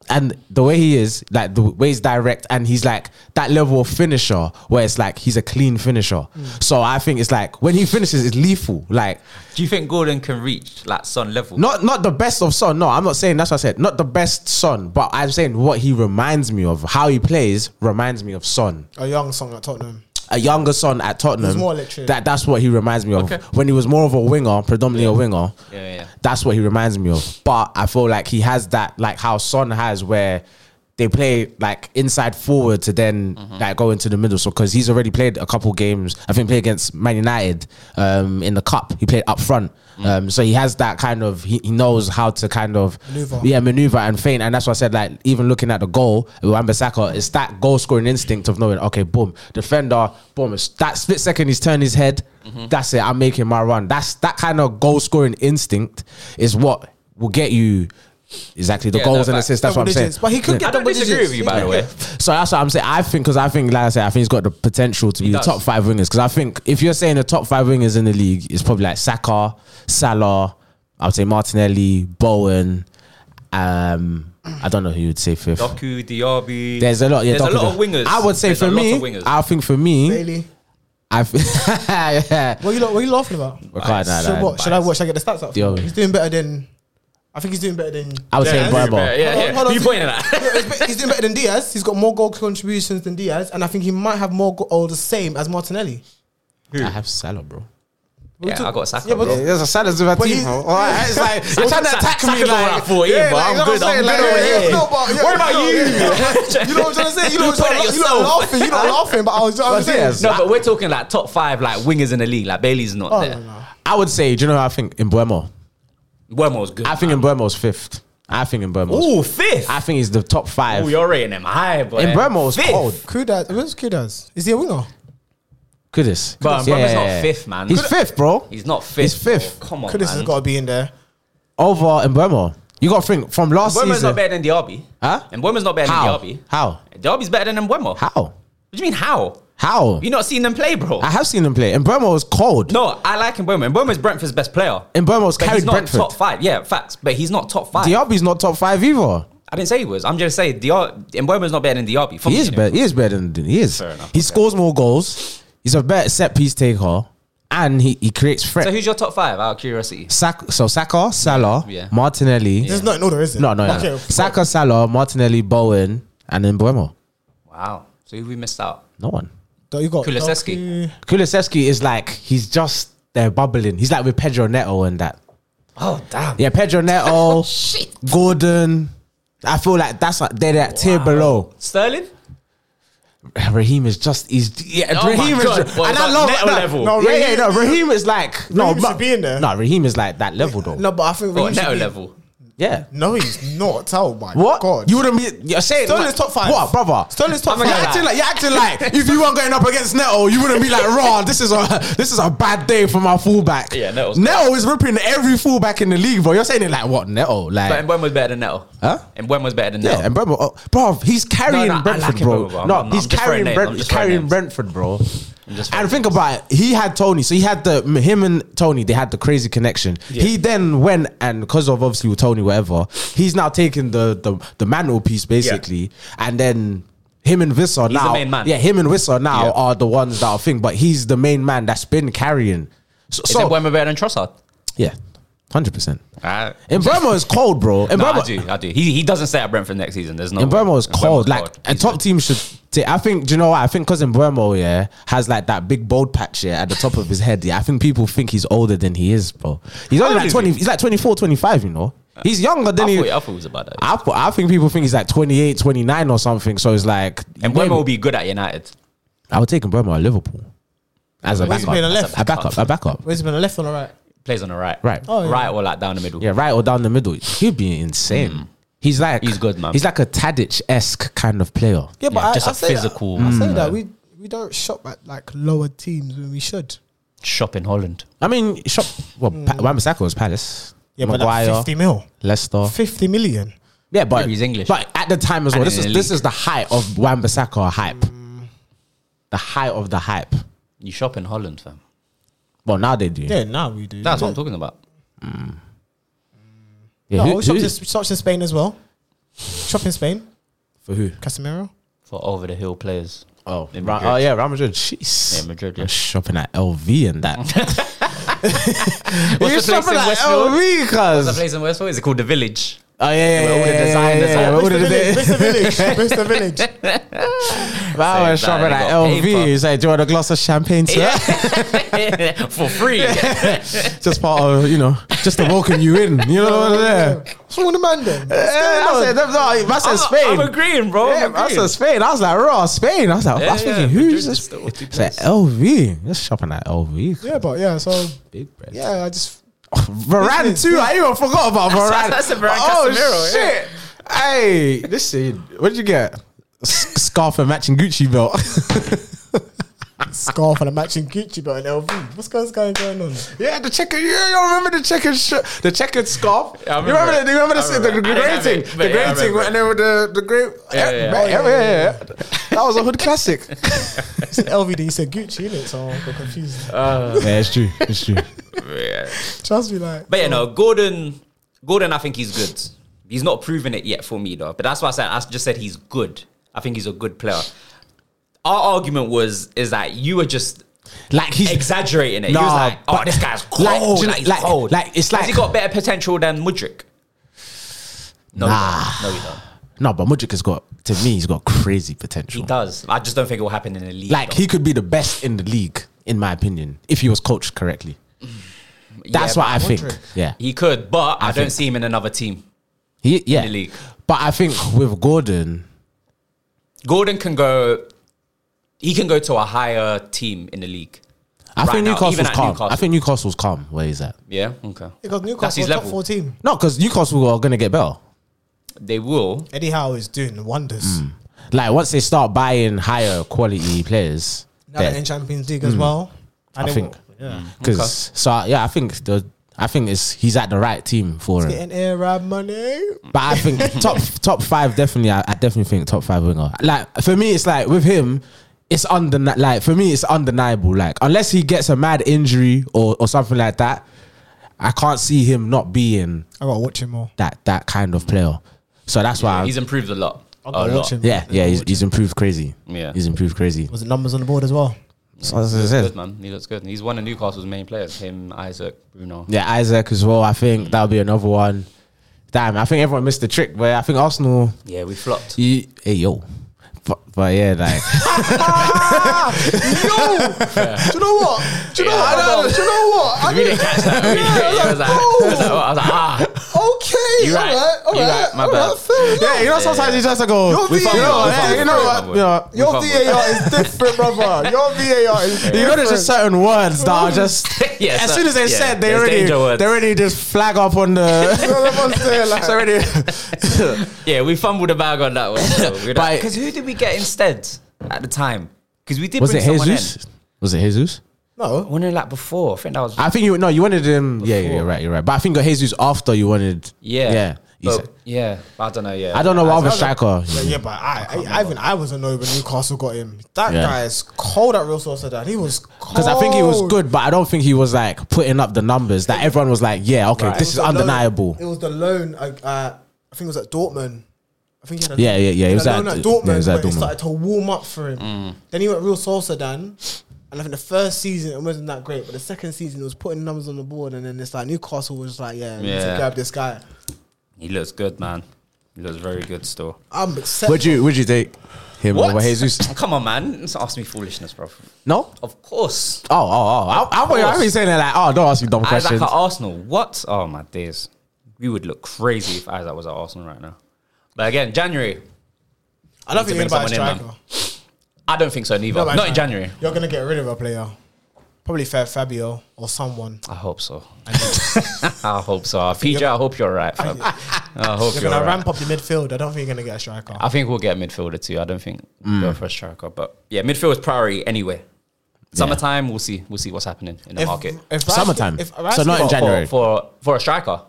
C: and the way he is, like the way he's direct, and he's like that level of finisher where it's like he's a clean finisher.
B: Mm.
C: So I think it's like when he finishes, it's lethal. Like
B: Do you think Gordon can reach like Son level?
C: not not the best of Son. No, I'm not saying that's what I said. Not the best Son, but I'm saying what he reminds me of, how he plays reminds me of Son,
D: A young song at Tottenham.
C: a younger Son at Tottenham.
D: more electric.
C: That that's what he reminds me of
B: Okay.
C: when he was more of a winger, predominantly a winger.
B: Yeah, yeah.
C: That's what he reminds me of. But I feel like he has that, like how Son has, where they play like inside forward to then
B: Mm-hmm.
C: like go into the middle. So because he's already played a couple games, I think played against Man United um, in the cup. He played up front,
B: Mm.
C: um, so he has that kind of. He, he knows how to kind of
D: Maneuver.
C: yeah maneuver and feint, and that's why I said like even looking at the goal, Wan-Bissaka, it's that goal scoring instinct of knowing okay, boom, defender, boom, it's that split second he's turned his head.
B: Mm-hmm.
C: That's it. I'm making my run. That's that kind of goal scoring instinct is what will get you exactly the
B: Yeah,
C: goals
B: no,
C: and
B: but-
C: assists. That's what I'm
D: Double
C: saying.
D: digits, But he could
B: I
D: get
B: don't
D: double
B: disagree
D: digits.
B: with you, by the way.
C: So that's what I'm saying. I think because I think, like I said, I think he's got the potential to be the
B: does.
C: top five wingers. Because I think if you're saying the top five wingers in the league, it's probably like Saka, Salah, I would say Martinelli, Bowen. Um, I don't know who you'd say fifth.
B: Doku, Diaby.
C: There's a lot. Yeah,
B: There's a
C: Doku-
B: lot of wingers.
C: I would say
B: There's
C: for
B: a lot
C: me,
B: of wingers.
C: I think for me,
D: Bailey,
C: I. F- yeah.
D: what are you lo- what are you laughing about?
C: I can't- nah,
D: Should
C: nah,
D: what? Should I
C: biased.
D: watch? Should I get the stats up?
C: Yo.
D: He's doing better than. I think he's doing better than.
C: I would
B: yeah,
C: say Berber.
B: yeah,
D: Hold
B: yeah.
D: on, hold on.
B: you pointing at that?
D: Yeah, he's be- he's doing better than Diaz. He's got more goal contributions than Diaz, and I think he might have more go- or the same as Martinelli.
C: I have Salah, bro.
D: We
B: Yeah,
D: took-
B: I got Saka,
D: Yeah, but
B: bro.
C: There's a Salah's with
D: But team, bro. he's- Alright,
C: It's like
B: you're trying to attack me, like- Yeah, like, you know what I'm saying, like, yeah, no,
D: but- yeah,
B: What about
D: no,
B: you?
D: You know what I'm trying to say? You know
B: You
D: what I'm
B: put it
D: trying to- you're not
B: yourself.
D: laughing. You're not laughing, but I was I'm
C: But
D: saying.
C: yes.
B: No, but we're talking like top five like wingers in the league. Like Bailey's not
D: Oh,
B: there.
D: no, no.
C: I would say, do you know what I think? Embuemo.
B: Wormhole's good.
C: I think Embuemo's fifth. I think Embuemo's.
B: Um, Ooh, fifth.
C: I think he's the top five.
B: Ooh, oh, you're rating him high, boy.
C: Embuemo's
B: Fifth.
C: cold.
D: Kudas, where's Kudas? Is he a winger?
C: Oh, Goodness.
B: But Embuemo's not fifth, man.
C: He's fifth, bro.
B: He's not fifth.
C: He's fifth.
B: bro. Come on,
D: Kudas has
B: man.
D: got to be in there.
C: Over Embuemo. You got to think from last
B: Embuemo's
C: season.
B: not better than Diaby.
C: Huh?
B: Embuemo's not better
C: How?
B: than Diaby.
C: How?
B: Diaby's better than Embuemo. What
C: How?
B: do you mean how?
C: How?
B: You not seen them play, bro?
C: I have seen him play. Embuemo was cold. No.
B: No, I like Embuemo. Embuemo's Brentford's best player.
C: Embuemo's
B: But he's
C: carried
B: not
C: Brentford.
B: top five. Yeah, facts. But he's not top five.
C: Diaby's not top five either.
B: I didn't say he was. I'm just saying Diab- Embuemo's not better than Diaby. For
C: He
B: me,
C: is
B: anyway.
C: better. He is better than he is.
B: Fair enough,
C: He
B: okay.
C: scores more goals. He's a better set piece taker, and he, he creates threat.
B: So who's your top five out of curiosity?
C: Sak- so Saka, Salah,
B: Yeah.
C: Martinelli.
D: This is not in order, is it?
C: No, no, no.
D: Okay,
C: Saka, Salah, Martinelli, Bowen, and then Buemo.
B: Wow. So who we missed out?
C: No one.
D: Don't you got
B: Kulusevski.
D: Doku,
C: Kulisevsky is like he's just they're bubbling. He's like with Pedro Neto and that.
B: Oh damn.
C: Yeah, Pedro
B: Oh,
C: Neto, Gordon. I feel like that's like they're that tier below.
B: Sterling?
C: Raheem is just he's yeah.
B: Oh my
C: Raheem is
B: God,
C: just,
B: boy,
C: and
B: it's
C: I
B: like
C: love
B: Neto
C: no,
B: level.
C: No, yeah, yeah,
D: Raheem-
C: no. Raheem is like no,
D: Raheem should
C: but-
D: be in there.
C: No, Raheem is like that level though.
D: No, but I think
B: Or
D: Raheem should
B: Neto
D: be-
B: level.
C: Yeah.
D: No, he's not. Oh my
C: What?
D: god!
C: You wouldn't be. You're saying
D: Sterling's
C: like-
D: top five.
C: What, brother?
D: Sterling's top
B: I'm a
C: You're
B: guy.
D: five.
C: acting like you're acting like if you weren't going up against Neto, you wouldn't be like, raw. This is a this is a bad day for my fullback.
B: Yeah, Neto's-
C: Neto is ripping every fullback in the league, bro. You're saying it like what Neto,
B: But
C: like
B: Mbem was better than Neto.
C: Huh?
B: Mbem was better than Neto.
C: yeah, and Brentford, oh, bro, he's carrying
B: No, no, I
C: Brentford,
B: like him,
C: bro.
B: bro, bro.
C: No,
B: I'm- I'm
C: he's
B: just throwing
C: carrying
B: names.
C: Brent,
B: I'm
C: he's
B: just throwing
C: carrying
B: names.
C: Brentford, bro.
B: just throwing
C: And think about it. He had Tony, so he had the him and Tony. They had the crazy connection. He then went and because of obviously with Tony, whatever. He's now taking the the, the mantelpiece basically, and then. Him and Visser now,
B: main man.
C: yeah. Him and Visser now
B: Yeah.
C: are the ones that are thing, but he's the main man that's been carrying. So,
B: Is
C: so-
B: Mbem better than Trossard?
C: yeah, hundred percent.
B: Uh,
C: Embremo is cold, bro.
B: no,
C: Embremo,
B: I do. I do. He, he doesn't stay at Brentford next season. There's no. way.
C: Embuemo
B: Mbeumo's
C: is cold. Like a
B: He's
C: top team should. T- I think. Do you know what? I think because Embuemo, yeah, has like that big bald patch yeah, at the top of his head. Yeah, I think people think he's older than he is, bro. He's only
B: old
C: like
B: is
C: twenty.
B: he?
C: He's like 24, 25, You know, he's younger
B: good.
C: than
B: I
C: he.
B: thought, I thought it was about that.
C: I, thought- I think people think he's like 28, 29 or something. So it's like
B: And Mbeumo will be good at United.
C: I would take Embuemo at Liverpool as a
D: Where's he
C: backup.
D: playing on
C: As
D: left?
C: A a backup. A backup.
D: Where's he been? on the Left or the right?
B: Plays on the right.
C: Right.
D: Oh, yeah.
B: Right or like down the middle.
C: Yeah, right or down the middle. He'd be insane. He's like
B: Hmm. He's good, man.
C: He's like a Tadic esque kind of player.
D: Yeah, but
B: Yeah,
D: I,
B: just
D: I
B: a
D: say
B: physical Mm.
D: That. I say
B: man.
D: that we we don't shop at like lower teams when we should.
B: Shop in Holland.
C: I mean, shop. Well, pa- Wan-Bissaka was Palace.
D: Hmm. Yeah, but
C: Maguire,
D: that's fifty mil,
C: Leicester.
D: fifty million.
C: Yeah, but
B: Maybe he's English.
C: But at the time as well,
B: And
C: this
B: in
C: is
B: the
C: this
B: league.
C: is the height of Wan-Bissaka hype.
D: Hmm.
C: The height of the hype.
B: You shop in Holland, fam.
C: Well, now they do. Yeah,
D: Yeah, now we do.
B: That's
D: yeah.
B: what I'm talking about.
D: No,
C: who-
D: we Oh, shops,
C: who-
D: in, shops in Spain as well. Shop in Spain,
C: for who?
D: Casemiro.
B: For over the hill players.
C: Oh,
B: In
C: Ra-
B: Madrid.
C: oh yeah, Real Madrid. Jeez.
B: Yeah, Madrid,
C: I'm
B: yeah.
C: shopping at LV and that.
B: What's
C: You're
B: the place
C: shopping
B: in
C: at
B: Westfield?
C: LV,
B: What's the
C: cuz.
B: place in Westfield? Is it called The Village?
C: Oh yeah, yeah, yeah.
B: Where all the
C: yeah, yeah,
B: designers
C: yeah,
B: are.
C: yeah. Where all the
D: Mr. Village,
C: de-
D: Mr. Village, Mr. Village.
C: But I was
B: Same time,
C: shopping
B: they
C: at
B: got
C: LV.
B: paper.
C: He's like, do you want a glass of champagne, sir?
B: For free.
C: just part of you know, just to welcome you in. You know what I'm saying?
D: What's wrong with the man then?
C: Yeah, I said, no, no, I said Spain.
B: I'm agreeing, bro.
C: Yeah,
B: I'm
C: I
B: agreeing.
C: said Spain. I was like, raw Spain. I was like, I was
B: Yeah, yeah,
C: thinking, who's
B: Madrid is
C: this?
B: the ultimate
C: It's like "Oh, LV. Just shopping at LV.
D: Yeah, but yeah, so
C: Big bread.
D: yeah, I just
C: Varane too. I even forgot about Varane.
B: That's- that's a Varane
C: oh
B: Casemiro,
C: shit! Hey, listen, what'd you get? S- Scarf and matching Gucci belt.
D: scarf and a matching Gucci belt and LV. What's going, what's going on?
C: yeah, the checkered. You, you remember the checkered shirt, the checkered scarf?
B: Yeah, I
C: you remember?
B: remember
C: The, you remember,
B: it.
C: the,
B: I remember
C: the,
B: it. I didn't
C: the great
B: have
C: thing,
B: it,
C: the
B: but yeah, I
C: great thing,
B: remember
C: and then with the the great.
B: Yeah, yeah,
C: yeah,
D: yeah.
C: yeah, yeah, yeah. That was a hood classic.
D: It's an LV that you said Gucci in it, so I'm confused.
C: yeah, it's true. It's true.
D: Trust me, like
B: But yeah, no, Gordon, Gordon, I think he's good. He's not proven it yet for me though. But that's why I said I just said he's good. I think he's a good player. Our argument was is that you were just
C: Like he's
B: exaggerating it.
C: Nah,
B: you was like, oh,
C: but-
B: this guy's
C: like,
B: cold. Like,
C: do you know-
B: he's
C: like-
B: cold.
C: like, it's
B: has he
C: like-
B: got better potential than Mudrick? No,
C: Nah.
B: he don't. no, he don't.
C: no, but Mudrik has got to me. He's got crazy potential.
B: He does. I just don't think it will happen in the league.
C: Like
B: though.
C: he could be the best in the league, in my opinion, if he was coached correctly. That's
B: Yeah,
C: what I think.
D: Modric.
C: Yeah,
B: He could, but I, don't
C: think-
B: see him in another team.
C: he, yeah.
B: the league.
C: But I think with Gordon,
B: Gordon can go. He can go to a higher team in the league.
C: I
B: Right
C: think
B: now,
C: Newcastle's
B: even at
C: calm. I
B: Newcastle.
C: think Newcastle's calm. Where is that?
B: Yeah. Okay.
D: because
B: That's
D: Newcastle
B: his
D: are top
B: level.
D: four team.
C: No, because Newcastle are going to get better.
B: They will.
D: Eddie Howe is doing wonders.
C: Mm. Like once they start buying higher quality players,
D: Now they're in Champions League as well. And
C: Mm. I
D: they
C: think.
D: will- yeah. Mm.
C: because
B: Okay.
C: so yeah, I think the I think it's he's at the right team for it.
D: Getting air ride money.
C: But I think top top five definitely. I, I definitely think top five winger. Like for me, it's like with him, it's undeni- Like for me, it's undeniable. Like unless he gets a mad injury or or something like that, I can't see him not being
D: I gotta watch him more.
C: that that kind of player. So that's why.
B: He's improved a lot. A
D: I gotta watch
B: lot.
D: him.
C: yeah, yeah, he's, he's improved crazy.
B: Yeah.
C: he's improved crazy.
D: Was it numbers on the board as well?
C: So as I said,
B: Good man. He looks good. He's one of Newcastle's main players. Him, Isaac, Bruno.
C: yeah, Isaac as well. I think that'll be another one. Damn, I think everyone missed the trick, but I think Arsenal.
B: Yeah, we flopped.
C: You, hey yo, but, but yeah, like
D: Do you know what? Do you
B: Yeah,
D: know what?
B: I know.
D: Do you know what? I
B: We didn't
D: didn't-
B: catch that. We didn't
D: Yeah,
B: catch- I was like, I was like, I was like, ah.
D: Okay.
B: You
D: all
B: right.
D: right, all
B: You
D: right,
B: right, my
D: all
B: bad.
D: right, fair enough.
C: yeah, you know sometimes you just go.
D: Your
C: we
D: VAR,
C: fuck- you know, yeah, you
D: we fuck-
C: know
D: we
C: what?
B: fuck-
C: You know,
D: Your
B: Fuck with.
D: VAR is different, brother. Your VAR is
C: you know, there's just certain words that are just.
B: Yeah,
C: as
B: so-
C: soon as they
B: yeah,
C: said, they
B: there's
C: already,
B: danger words.
C: they already just flag up on the.
D: different.
C: it's already.
B: Yeah, we fumbled the bag on that one.
C: But-
B: Because who did we get instead at the time? Because we did
C: Was
B: bring
C: it
B: someone
C: Jesus? Was it Jesus?
B: in.
D: No.
B: One like before. I think that was.
C: I think you no, you wanted him. Yeah, yeah,
B: Before.
C: you're right, you're right. But I think you got Jesus after you wanted.
B: yeah.
C: yeah. he
B: But-
C: said.
B: yeah. I don't know. Yeah.
C: I don't know what other
D: As other-
C: striker.
D: Yeah, yeah, but I, I, I even I was annoyed when Newcastle got him. That
C: Yeah.
D: guy is cold at Real Sociedad. He was cold.
C: Because I think he
B: oh.
C: was good, but I don't think he was like putting up the numbers that everyone was like, yeah, okay,
B: Right.
C: this
D: It
C: is
D: was the loan-
C: undeniable.
D: it was the loan. Uh, uh, I think it was at Dortmund. I think he had a,
C: Yeah, yeah, yeah,
D: he
C: it
D: had
C: was
D: a
C: at-
D: loan at
C: yeah,
D: Dortmund.
C: it was at
D: where it
C: Dortmund. Mm.
D: started to warm up for him. Then he went Real Sociedad, and I think the first season it wasn't that great, but the second season it was putting numbers on the board, and then it's like Newcastle was like, yeah, we need to
B: Yeah.
D: grab this guy.
B: He looks good, man. He looks very good still.
D: I'm accepting.
C: Would you would you take him
B: What?
C: over Jesus?
B: Come on, man. Don't ask me foolishness, bro.
C: No.
B: Of course.
C: Oh, oh, oh! I, I,
B: course.
C: I, I be saying that like, oh, don't ask me dumb
B: Isaac uh,
C: questions.
B: at Arsenal. What? Oh my days. We would look crazy if Isaac was at Arsenal right now. But again, January.
D: I don't
B: need
D: think
B: to
D: you're about a
B: bring someone in,
D: striker.
B: I don't think so, neither.
D: No, but
B: Not in January.
D: You're gonna get rid of a player. Probably Fa- Fabio or someone.
B: I hope so. I hope so. PJ, I hope you're right. fam. I hope
D: You're
B: you're
D: gonna
B: right.
D: ramp up the midfield. I don't think you're gonna get a striker.
B: I think we'll get a midfielder too. I don't think we'll
C: Mm.
B: go for a striker, but yeah, midfield is priority anyway. Summertime, we'll see. We'll see what's happening in the market
D: if Rashford-
C: Summertime.
D: if
C: So
D: Rashford-
C: not in
B: For-
C: January.
B: for, for for a striker.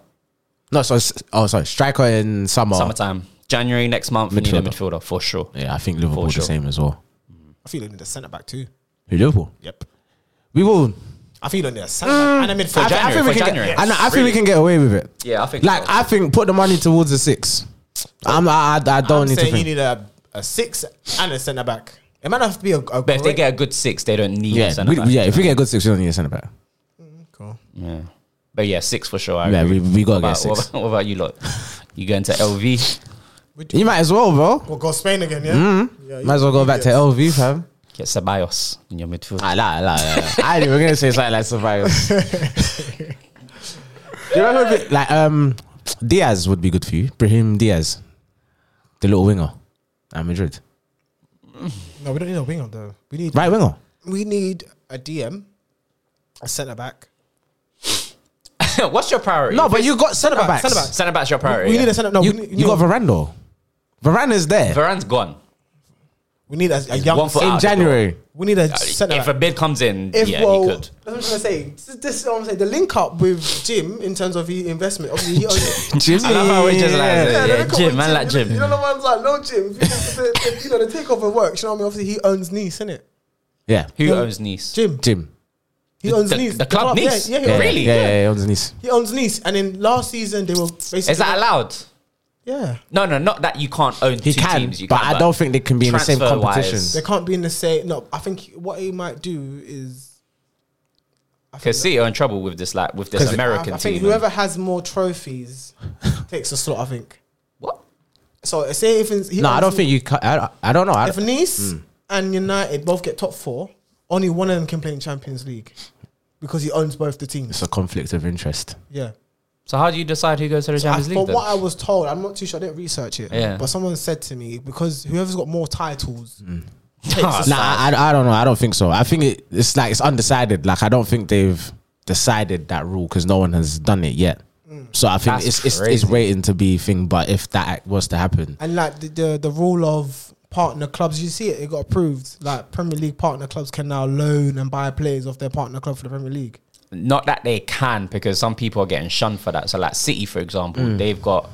C: no, so s- oh, sorry, striker in summer.
B: Summertime, January next month, we need a
C: Oh. Midfielder.
B: midfielder for sure.
C: Yeah, I think Liverpool
B: For
C: the
B: sure.
C: same as well.
D: I feel they need a centre back too.
C: Who Liverpool?
D: Yep.
C: We will.
D: I feel they need a centre back and a midfield.
B: For
C: I,
B: January,
C: think we
B: for
C: can.
B: January.
C: Get, I, know, I think
B: Really?
C: we can get away with it.
B: Yeah, I think
C: Like
B: so.
C: I think, put the money towards the six. I'm. I, I I don't
D: I'm
C: need to
D: saying
C: think.
D: you need a, a six and a centre back. It might have to be a, a
B: but if they
D: great-
B: get a good six, they don't need
C: yeah,
B: centre
C: we,
B: back.
C: yeah. If we get a good six, we don't need a centre back.
D: Cool.
B: Yeah. But yeah, six for sure. I
C: Yeah,
B: agree.
C: we- we gotta
B: What
C: get
B: about-
C: six.
B: What about, what about you lot? You going to LV?
C: You might as well, bro.
D: We'll go Spain again, yeah. yeah
C: Mm-hmm. Might as well go back to LV, fam.
B: Get Ceballos in your midfield.
C: Ah, nah, nah, nah. I ain't even gonna say something like survivors. Do you remember a bit- like um Diaz would be good for you? Brahim Diaz, the little winger at Madrid,
D: No, we don't need a winger though. We need
C: right winger.
D: we need a DM, a centre back.
B: Ah, What's your priority?
C: No, but you got centre
D: back,
C: backs.
D: centre back.
B: centre back's your priority.
D: We
B: yeah.
D: need a centre. No,
C: You,
D: we need,
C: you got Varane though. Varane is there
B: Varane's gone.
D: we need a, a young.
B: One foot
D: cent-
B: out.
C: in January.
D: We need a centre
B: If a
D: back.
B: bid comes in,
D: If
B: yeah,
D: well,
B: you could.
D: that's what I'm trying to say. This, is- this is what I'm saying. The link up with Jim in terms of his investment. Obviously, he owns it.
C: Jimmy,
B: I love how we just like-
D: Yeah,
B: Yeah,
D: the little
B: Jim,
D: one,
B: man, like Jim.
D: You know the ones like no Jim. You know, the, you know the takeover works. You know what I mean? Obviously, he owns Nice, innit?
C: yeah,
B: Who
D: Yeah.
B: owns Nice?
D: Jim.
C: Jim.
D: He owns
B: the-
D: Nice.
B: the club Nice?
D: Yeah, yeah, he
C: Yeah,
D: owns-
B: Really?
C: Yeah, yeah, yeah, on his knees.
D: He owns Nice, and then last season they were basically.
B: Is that allowed?
D: Yeah,
B: No, no, not that you can't own
C: He
B: two
C: can,
B: teams. You
C: but
B: can,
C: I don't think they can be in the same
B: transfer-wise-
C: competition.
D: they can't be in the same. No, I think what he might do is. I think
B: Because City are in trouble with this, like with this
C: 'Cause
B: American
D: I, I
B: team.
D: think whoever has more trophies takes the slot. I think.
B: what?
D: So say if it's- he
C: No, I
D: owns
C: don't think you. Ca- I, don't- I don't know. I,
D: If Nice and United both get top four, only one of them can play in Champions League because he owns both the teams.
C: it's a conflict of interest.
D: Yeah.
B: So how do you decide who goes to the
D: I-
B: Champions League?
D: From
B: Then?
D: what I was told, I'm not too sure. I didn't research it,
B: Yeah.
D: but someone said to me because whoever's got more titles takes
B: Ah,
D: the
C: Nah, I, I don't know. I don't think so. I think it, it's like it's undecided. Like I don't think they've decided that rule because no one has done it yet. So I think
B: Mm. That's
C: it's, it's it's
B: crazy.
C: waiting to be thing. But if that was to happen,
D: and like the, the the rule of partner clubs, you see it. It got approved. Like Premier League partner clubs can now loan and buy players off their partner club for the Premier League.
B: not that they can because some people are getting shunned for that. So like City, for example,
C: Mm.
B: they've got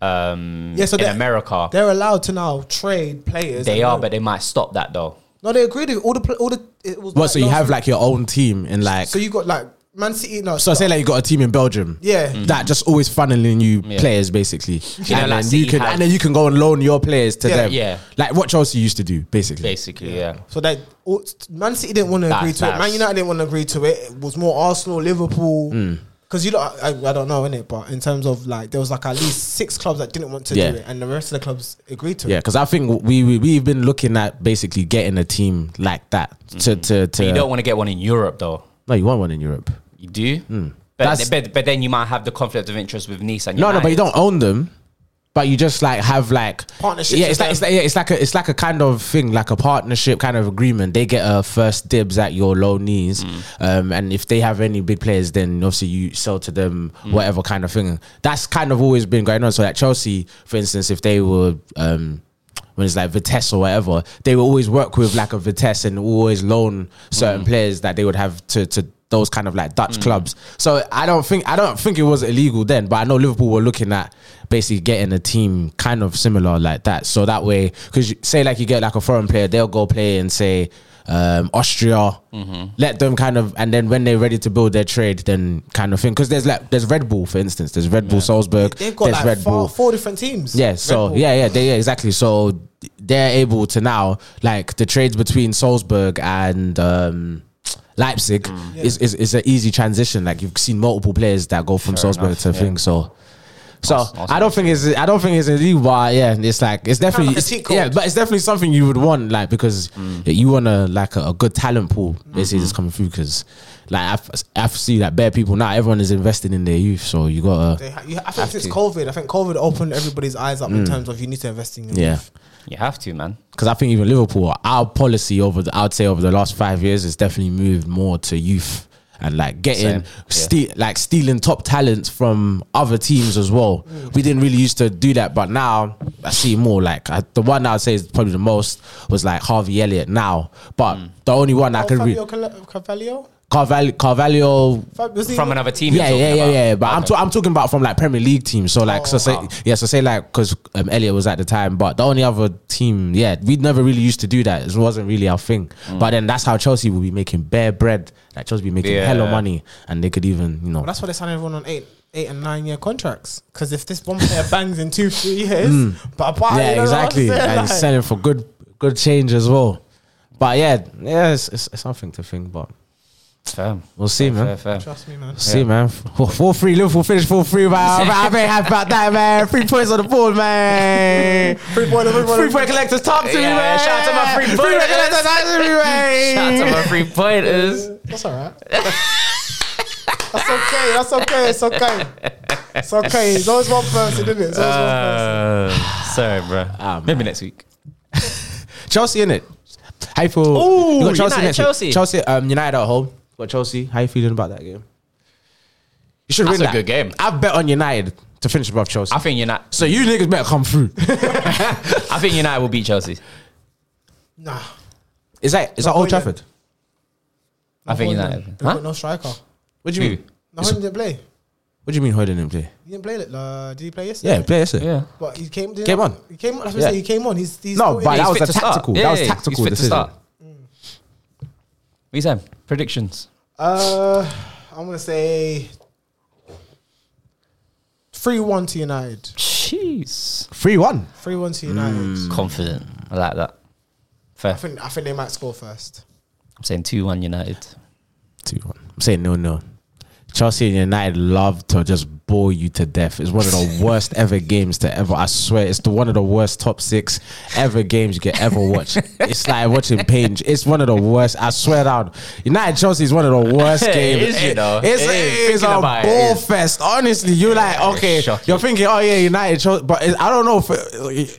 B: um
D: Yeah, so
B: in
D: they're-
B: America
D: They're allowed to now trade players.
B: they
D: and
B: are,
D: loan.
B: but they might stop that though.
D: no, they agreed. With all the pla- all the it was
C: well,
D: like
C: so you
D: last
C: have
D: week.
C: like your own team in like. So,
D: so you got like Man City. No,
C: I say like you got a team in Belgium.
D: Yeah. Mm.
C: That just always funneling you
B: Yeah.
C: players basically,
B: know, like
C: and then
B: City
C: you can
B: have-
C: and then you can go and loan your players to
D: Yeah.
C: them.
B: Yeah.
C: like what Chelsea used to do basically.
B: Basically, yeah.
D: So that all- Man City didn't want to
B: That's-
D: agree to it. Man
B: that's-
C: Hmm.
D: United didn't want to agree to it. It was more Arsenal, Liverpool. Because you know, I, I don't know in it, but in terms of like, there was like at least six clubs that didn't want to
C: Yeah.
D: do it, and the rest of the clubs agreed to
C: Yeah,
D: it.
C: because I think we, we we've been looking at basically getting a team like that to to to.
B: Mm. But you don't want to get one in Europe, though.
C: no, you want one in Europe.
B: You do?
C: Mm. That's-
B: But, but, but then you might have the conflict of interest with Nice and
C: No, no, but you
B: United.
C: don't own them. But you just like have like
D: Partnerships
C: Yeah, it's
D: with
C: like, it's like yeah, it's like a it's like a kind of thing, like a partnership kind of agreement. They get a first dibs at your low knees, um, and if they have any big players, then obviously you sell to them whatever kind of thing. That's kind of always been going on. So like Chelsea, for instance, if they were. Um, when it's like Vitesse or whatever, they will always work with like a Vitesse and always loan certain
D: Mm.
C: players that they would have to to those kind of like Dutch clubs. So I don't think I don't think it was illegal then, but I know Liverpool were looking at basically getting a team kind of similar like that. So that way, because say like you get like a foreign player, they'll go play and say. Um, Austria,
D: Mm-hmm.
C: let them kind of, and then when they're ready to build their trade, then kind of thing. Because there's like there's Red Bull, for instance. There's Red Bull Salzburg.
D: They've got
C: there's
D: like
C: Red
D: four,
C: Bull.
D: four different teams.
C: Yeah,
D: Red
C: so
D: Bull.
C: yeah, yeah, they, yeah, exactly. So they're able to now like the trades between Salzburg and um, Leipzig
D: Mm.
C: is, is is an easy transition. Like you've seen multiple players that go from Salzburg
B: enough,
C: to
B: yeah.
C: thing. So. So
B: Awesome, awesome.
C: I don't think it's I don't think it's illegal, but yeah, it's like it's definitely
D: like a
C: it's-
D: cheat code.
C: yeah, but it's definitely something you would want, like because
D: Mm.
C: you want to like a, a good talent pool basically
D: Mm-hmm.
C: just coming through. Because like I've, I've seen that bare people now, everyone is investing in their youth, so you gotta
D: They ha- you, I think since COVID, I think COVID opened everybody's eyes up in terms of you need to invest in your
C: Mm. yeah.
D: youth.
B: You have to, man.
C: because I think even Liverpool, our policy over the, I'd say over the last five years has definitely moved more to youth and like getting
B: Same,
C: ste- like stealing top talents from other teams as well. We didn't really used to do that, but now I see more. Like I, the one I'd say is probably the most was like Harvey Elliott now, but the only one I
D: Oh,
C: can read
D: Fabio Cal- Carvalho?
C: Carvalho, Carvalho
D: Fab- was he-
B: From another team. you're
C: yeah,
B: talking
C: yeah, yeah,
B: about.
C: yeah. But I'm, ta- I'm talking about from like Premier League teams. So like, so
D: Oh,
C: say,
B: wow.
C: yeah, so say like because um, Elliot was at the time, but the only other team, yeah, we never really used to do that. It wasn't really our thing.
D: Mm.
C: But then that's how Chelsea will be making bare bread. Like Chelsea be making
B: Yeah.
C: hella money, and they could even you know.
D: Well, that's why they signed everyone on eight, eight and nine year contracts. Because if this one player bangs in two, three years, but apart, you
C: Mm. yeah,
D: know what I'm
C: exactly,
D: saying?
C: and
D: Like-
C: selling for good good change as well. But yeah, yeah, it's, it's, it's something to think. But
B: Fair.
C: we'll see, man.
B: Fair, fair.
D: Trust me, man.
C: See, man. 4 3, Liverpool finished 4 3, man. I'm very happy about that, man. Three points on the board, man.
D: Free boiler, free boiler.
C: Free point collectors, talk to me,
B: Yeah,
C: man.
B: shout out to my free
C: point
B: pointers.
C: collectors, talk to me, man.
B: Shout out to my three pointers.
D: That's all right. That's okay. That's okay. It's okay. It's okay. It's always one person, isn't it? It's always one person.
B: Uh, sorry, bro.
C: Ah,
B: Maybe next week.
C: Chelsea in it. How you feel?
B: Ooh,
C: you got
B: United,
C: next week.
B: Chelsea.
C: Chelsea, um, United at home. You got Chelsea. How you feeling about that game? You should
B: That's
C: win
B: a
C: that.
B: good game.
C: I bet on United to finish above Chelsea.
B: I think United.
C: so you niggas better come through.
B: I think United will beat Chelsea.
D: Nah.
C: is that is that Old
D: Napoleon.
C: Trafford?
B: I think
D: Napoleon,
B: United.
D: They've
B: Huh?
D: got no striker.
C: What do you
B: Who?
C: mean?
D: No, he didn't play.
C: What do you mean Hoyden didn't play?
D: He didn't play. Uh, did he play yesterday?
C: Yeah, play yesterday.
B: Yeah.
D: But he came. didn't-
C: Came on.
D: He came. That's what
C: Yeah.
D: I say. He came on. He's, he's
C: No,
D: still
C: but
D: in.
C: that
B: He's
C: was
B: fit
C: a
B: to start.
C: tactical.
B: Yeah,
C: That was
B: yeah, he's
C: tactical
B: fit to
C: decision.
B: start. What you saying? Predictions.
D: Uh, I'm gonna say three one to United.
B: Jeez.
C: Three one.
D: Three one to United.
C: Mm.
B: Confident. I like that. Fair.
D: I think I think they might score first.
B: I'm saying 2 1 United.
C: Two one. I'm saying no no. Chelsea and United love to just bore you to death. It's one of the worst ever games to ever. I swear, it's the one of the worst top six ever games you could ever watch. it's like watching paint. It's one of the worst. I swear down. United Chelsea is one of the worst
B: It
C: games.
B: is, you know.
C: It's,
B: It is.
C: it's
B: Thinking
C: a
B: about it,
C: ball
B: it is.
C: fest. Honestly, you're like
B: it's
C: okay.
B: shocking.
C: You're thinking, oh yeah, United Chelsea, but it, I don't know. If,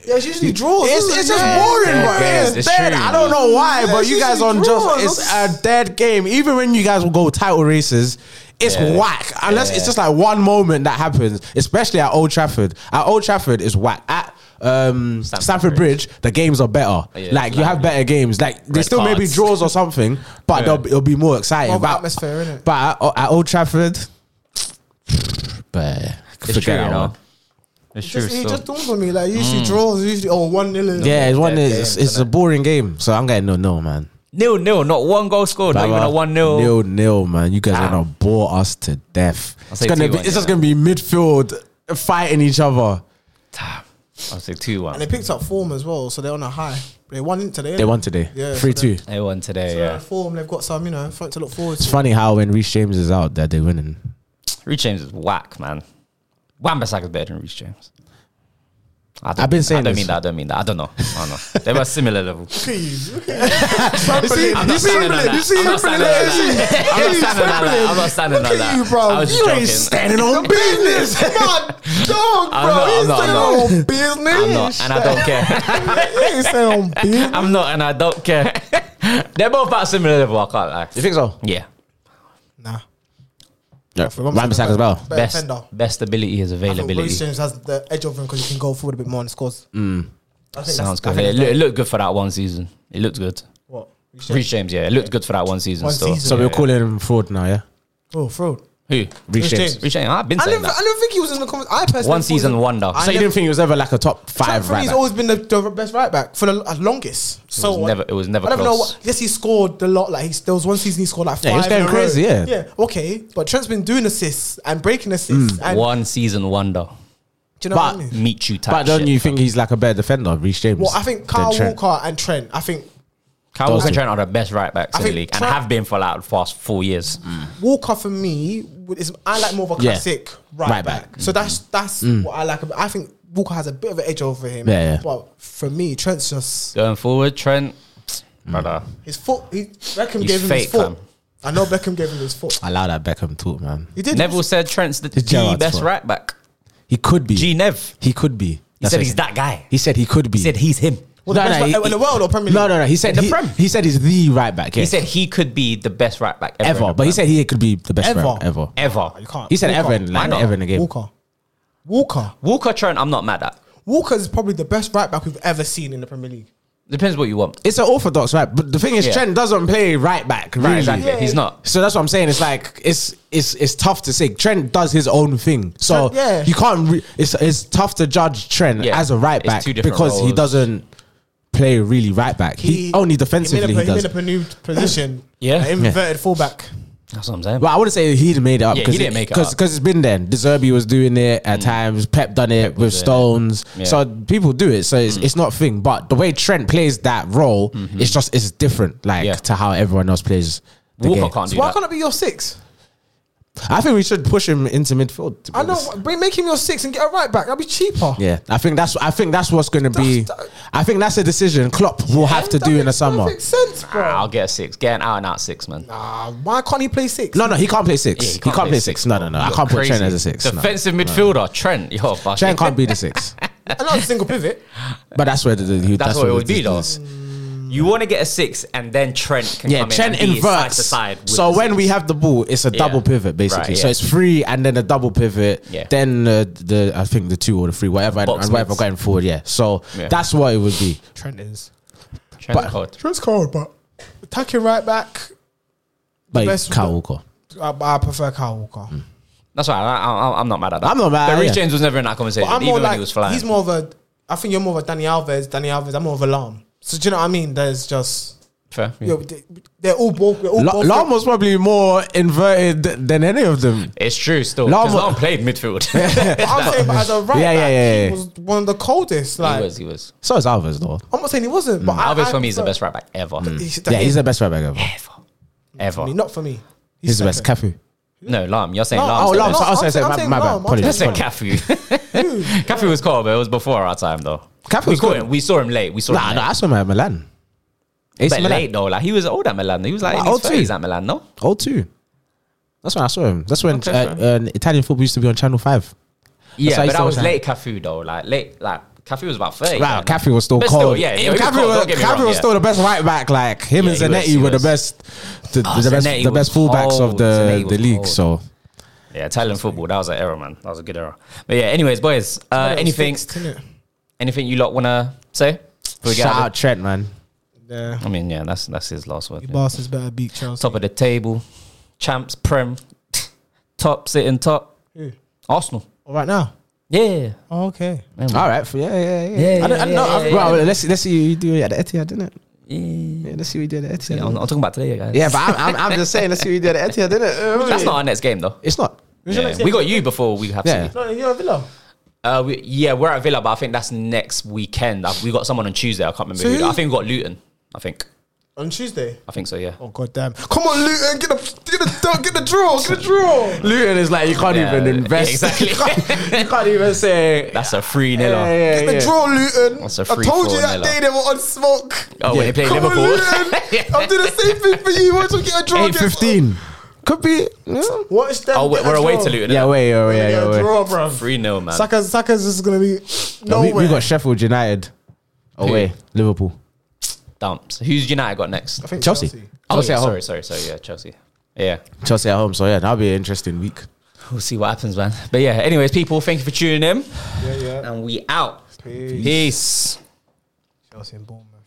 D: Yeah, it's usually draws.
C: it's,
D: isn't
C: it's
D: it?
C: just
D: Yeah.
C: boring,
D: Yeah.
C: but
B: Yes,
C: it's,
B: it's
C: dead.
B: true.
C: I don't know why,
D: Yeah,
C: but
D: it's
C: you guys
D: just
C: on just
D: draws.
C: it's a dead game. Even when you guys will go title races, it's
B: Yeah.
C: whack. Unless
B: Yeah.
C: it's just like one moment that happens, especially at Old Trafford. At Old Trafford is whack. At um, Stamford,
B: Stamford Oh,
C: Bridge. the games are better.
B: Yeah,
C: like you
B: like-
C: have better games. Like they
B: Red
C: still maybe
B: cards.
C: draws or something, but they'll be- it'll be more exciting.
D: More of
C: but
D: an atmosphere, innit?
C: But at, at Old Trafford, but
B: It's true,
C: forget
B: you
C: that one.
B: know. It's true. Mm.
D: Just, it
B: still.
D: just dawned on me like usually draws usually oh one nil. is-
C: Yeah, it's one.
B: Dead
C: It's,
B: games,
C: it's a boring game, so I'm getting no, no, man.
B: Nil nil, not one goal scored, not even a one nil. Ah.
C: Nil nil, man. You guys are gonna bore us to death. It's
B: say
C: gonna be.
B: 2-1,
C: It's just
B: yeah.
C: gonna be midfield fighting each other.
B: I'll say two
D: And
B: one.
D: they picked up form as well, so they're on a high. They won it today.
C: They won today.
D: Yeah,
C: Three two.
B: They won today,
D: Yeah.
B: yeah.
D: Form. They've got some you know something to look forward to.
C: It's funny how when Reece James is out, that they're winning.
B: Reece James is whack, man. Wan Bissaka's better than Reece James. I don't,
C: I've been saying
B: I don't
C: this.
B: mean that. I don't mean that. I don't know. I don't know. They were similar level.
D: You see,
B: I'm
D: you
B: not
D: see
B: standing on
D: him, Blin,
B: that.
D: you see
B: I'm
D: him,
B: not
D: Blin,
B: standing on that. I'm not standing
D: you see
B: on that. I'm not standing
D: Look
B: on
D: at
B: that.
D: you, bro.
B: I was just
D: you
B: joking.
D: ain't standing on business, my
B: I'm
D: dog,
B: not,
D: bro. you
B: I'm
D: ain't
B: not, I'm
D: standing
B: not.
D: on business.
B: I'm not, and I don't care.
D: You ain't standing on business.
B: I'm not, and I don't care. They're both about similar level. I can't lie.
C: You think so?
B: Yeah.
D: Nah,
C: Yeah.
D: for Ramsey,
C: Wan Bissaka as well.
D: Better
B: Best
D: defender.
B: best ability is
D: I think Reece
B: availability. Mm.
D: James has the edge over him because he can go forward a bit more and scores. I
B: Sounds
D: think that's- I
B: good.
D: think
B: It,
D: that's
B: loo- it looked good for that one season. It looked good.
D: What? Reece James?
B: Reece James, yeah, it looked good for that one season.
D: One
B: still.
D: season.
C: So
B: Yeah,
C: we're calling him fraud now, yeah?
D: Oh, fraud.
B: yeah. who?
C: Reece James.
D: Reece James.
B: Reece James. I've been
D: I
B: saying
D: didn't, I
B: that.
D: didn't think he was in the comments. I personally
B: One
D: thought he was
B: season
D: in-
B: wonder.
D: I
C: So you
D: never-
C: didn't think he was ever like a top five
D: Trent
C: right
D: Free's
C: back?
D: always been the, the best right back for the lo- longest. So
B: was never- it was never
D: I don't know.
B: close.
D: What, yes, he scored a lot. Like he, there was one season he scored like five.
C: Yeah, he was
D: in a
C: going
D: row.
C: crazy, yeah.
D: yeah. Okay, but Trent's been doing assists and breaking assists. And,
B: One season wonder.
D: Do you
C: Mm.
D: know
C: But-
D: what I mean?
B: Meet you type.
C: But don't
B: shit.
C: you think he's like a better defender, Reece James?
D: Well, I think
C: than
D: Kyle
C: Trent?
D: Walker and Trent. I think
B: Kyle Walker
C: Doesn't.
B: and Trent are the best right backs
D: I
B: in the
D: think
B: league and
D: Trent-
B: have been for like the past four years.
D: Walker for me would- is I like more of a
C: Yeah.
D: classic right,
C: Right
D: back.
C: back. Mm.
D: So that's that's what I like. about I think Walker has a bit of an edge over him.
C: Yeah, yeah.
D: But for me, Trent's just
B: Going forward, Trent, brother,
D: his foot. He, Beckham
B: He's
D: gave him
B: fake,
D: his foot.
B: fam.
D: I know Beckham gave him his foot.
C: Allow that Beckham talk, man.
D: He did.
B: Neville said Trent's the, the
C: Gerrard's
B: best
C: fault.
B: right back.
C: He could be.
B: G Nev.
C: he could be.
B: He
C: That's
B: said
C: what
B: he's that guy.
C: He said he could be.
B: He said he's him.
D: Well, the best right- in the world or Premier
C: No,
D: League?
C: no, no. He said
B: the
C: he,
B: Prem.
C: he said he's the right back. Yeah.
B: He said he could be the best right back ever.
C: ever,
B: in the
C: but he
B: Prem.
C: said he could be the best
D: Ever.
C: ever. ever.
B: ever.
D: Oh, You can't.
C: He said
D: Walker.
C: ever in
B: Why
C: like
B: not?
C: ever in the game.
D: Walker. Walker.
B: Walker Trent, I'm not mad at.
D: Walker is probably the best right back we've ever seen in the Premier League.
B: Depends what you want.
C: It's an orthodox right, but the thing is,
B: Yeah.
C: Trent doesn't play right back. Really.
B: Right, exactly.
D: Yeah.
B: He's not.
C: So that's what I'm saying. It's like it's it's it's tough to say. Trent does his own thing, so
D: Trent, yeah.
C: you can't. Re- it's it's tough to judge Trent
B: Yeah.
C: as a right
B: It's
C: back
B: two different
C: because he
B: roles.
C: doesn't play really right back. He, only defensively
D: He
C: he,
D: made up,
C: does.
D: made up a new position.
B: Yeah.
D: An inverted fullback.
B: That's what I'm saying.
C: But I wouldn't say he'd made it up
B: Yeah, he
C: because
B: didn't make it up.
C: because it's been there. Deserby was doing it at times. Pep done it with
B: doing it.
C: Stones.
B: Yeah. Mm.
C: So people do it. So it's, it's not a thing. But the way Trent plays that role, it's just it's different. Like
B: Mm-hmm. Yeah.
C: to how everyone else plays. The
B: Walker
C: game.
B: can't do
D: Why
B: that.
D: can't it be your six?
C: I think we should push him into midfield. to be
D: I know.
C: honest.
D: Bring, make him your six and get a right back. That'd be cheaper.
C: Yeah, I think that's I think that's what's going to be.
D: That's- that-
C: I think that's a decision Klopp will have to
D: That
C: do in the
D: makes
C: summer.
D: perfect sense, bro.
B: I'll get a six. Get an out and out six, man.
D: Nah, why can't he play six?
C: No, no, he can't play six.
B: Yeah,
C: he, can't play six. No, no, no. I
B: You're
C: can't put
B: crazy.
C: Trent as a six. no.
B: Defensive midfielder, Trent. Yo, fuck.
C: Trent can't be the six.
D: I'm not a single pivot.
C: But that's where the, the, that's,
B: That's, what
C: where
B: it would
C: the-
B: be, though. You want to get a six, and then Trent can
C: Yeah,
B: come
C: Trent
B: in and be side
C: inverts.
B: to side. with
C: so
B: the
C: when
B: six.
C: we have the ball, it's a
B: Yeah.
C: double pivot basically.
B: Right,
C: So
B: yeah.
C: it's three and then a double pivot.
B: Yeah.
C: Then uh, the I think the two or the three, whatever, and,
B: Box
C: and whatever
B: width.
C: going forward. Yeah. So
B: Yeah.
C: that's what it would be.
D: Trent is.
B: Trent's
C: but-
B: cold.
D: Trent's cold, but attacking right back.
C: But
D: best-
C: Kyle Walker.
D: I, I prefer Kyle Walker.
C: Mm.
B: That's right. I, I, I'm not mad at that.
C: I'm not mad,
B: But Reece
C: yeah.
B: James was never in that
D: But
B: conversation,
D: I'm
B: even
D: more
B: when
D: like
B: he was flying.
D: he's more of a. I think you're more of a Danny Alves. Danny Alves. I'm more of a Lam. So do you know what I mean? There's just
B: Fair. yeah.
D: you know, they- they're all both. They're all
C: La-
D: both
C: Lam was probably more inverted than any of them.
B: It's true. Still,
C: Lama-
B: because Lama played midfield.
D: But I'm saying, but as a right
C: Yeah, yeah, yeah,
D: back,
C: yeah.
D: he was one of the coldest. Like
B: he was. He was.
C: So is Alves though.
D: I'm not saying he wasn't, but I,
B: Alves
D: I
B: for me is the
D: prefer-
B: best right back ever.
C: Yeah, he's the best right back ever.
B: Ever. Ever.
D: I mean, not for me.
C: He's the best. Cafu.
B: No, Lam. You're saying
D: No,
B: Lam.
D: oh,
C: Oh, Lam.
D: Lam. No,
C: So,
D: I'm
C: oh, sorry,
D: saying-
C: sorry,
D: I'm
C: my,
D: saying
C: my
D: Lam,
C: bad.
D: I'm
C: Apologies.
B: That's
D: saying
B: said
D: Lam.
B: Cafu. Cafu was cold, but it was before our time, though.
C: Cafu
B: we
C: was
B: caught
C: good.
B: him. We saw him late. We saw
C: Nah,
B: him
C: no,
B: late.
C: I saw him at Milan. AC
B: but
C: Milan.
B: late though, like he was old at Milan. He was like in
C: Well,
B: his
C: old too.
B: 30s at Milan. No,
C: Oh, two. That's when I saw him. That's when
B: Okay,
C: uh, uh, Italian football used to be on Channel Five.
B: yeah,
C: how he
B: but that
C: sounds
B: was
C: like.
B: late Cafu though. Like late, like Cafu was about 30.
C: Wow,
B: like,
C: Cafu was still
B: But
C: cold.
B: still, yeah, yeah, he was
C: Cafu
B: cold,
C: was,
B: don't get me
C: Cafu
B: wrong,
C: was
B: yeah.
C: still the best right back. Like him
B: Yeah,
C: and
B: he was,
C: Zanetti
B: he
C: were the
B: was. Oh,
C: best, the, the best,
B: Zanetti
C: the best
B: was
C: fullbacks of
B: cold. Zanetti
C: the
B: was
C: the league.
B: cold.
C: So
B: yeah, Italian football. That was an error, man. That was a good error. But yeah, anyways, boys, uh,
D: It's
B: anything,
D: fixed, innit?
B: anything you lot wanna say? Before we get
C: shout
B: out of
C: out Trent, man.
D: Yeah.
B: it? I mean, yeah, that's that's his last word. yeah.
D: Barca's better beat Chelsea.
B: Top of the table, champs, prem, top sitting top.
D: Who?
B: Arsenal.
D: Right now.
B: Yeah.
D: Oh, okay.
C: All right, f- yeah, yeah, yeah.
B: Yeah,
C: I don't, I
B: yeah,
C: don't know.
B: yeah,
C: I've-
B: yeah,
C: well, let's let's see you do it at the Etihad, didn't it?
B: Yeah,
C: Yeah, let's see what you did at the Etihad.
B: I'm, I'm talking about today, guys.
C: Yeah, but I'm, I'm, I'm just saying, let's see what you did at the Etihad, didn't it?
B: that's not our next game though.
C: It's not.
D: your
B: Yeah,
D: next
B: We
D: game?
B: got you before we have
C: Yeah.
B: City.
D: No, you're Villa.
B: Uh, we, yeah, we're at Villa, but I think that's next weekend. Uh, we got someone on Tuesday. I can't remember.
D: So
B: who.
D: who-
B: I think we got Luton. I think.
D: on Tuesday.
B: I think so, yeah.
D: Oh god damn! Come on, Luton, get the get the get the draw, get the draw.
C: Luton is like you can't
B: Uh, Yeah,
C: even invest.
B: exactly.
C: you, can't, you can't even say.
B: That's a free nil.
C: yeah, yeah,
D: Get the
C: yeah.
D: draw, Luton.
B: That's a
D: I
B: free
D: told you
B: four
D: that
B: nil.
D: day they were on smoke.
B: Oh, when they play
D: Come on,
B: Liverpool.
D: Luton. I'm doing the same thing for you. Once we get a draw,
C: Eight
D: get-
C: fifteen. Could be. Yeah,
D: What is that?
B: oh, we're, we're away to Luton.
C: yeah wait, yeah, wait, yeah,
D: Yeah,
C: wait.
D: draw, bro.
B: Free nil, man.
D: Saka's Saka's is gonna be
C: No,
D: no
C: we,
D: way.
C: we got Sheffield United away. Liverpool.
B: Dumps. Who's United got next?
D: I think
C: Chelsea.
B: Oh,
C: Chelsea
B: yeah,
C: at home.
B: sorry, sorry, sorry. Yeah, Chelsea. Yeah.
C: Chelsea at home. So yeah, that'll be an interesting week.
B: We'll see what happens, man. But yeah, anyways, people, thank you for tuning in.
D: Yeah, yeah.
B: And we out.
D: Peace.
B: Peace.
D: Chelsea and Bournemouth.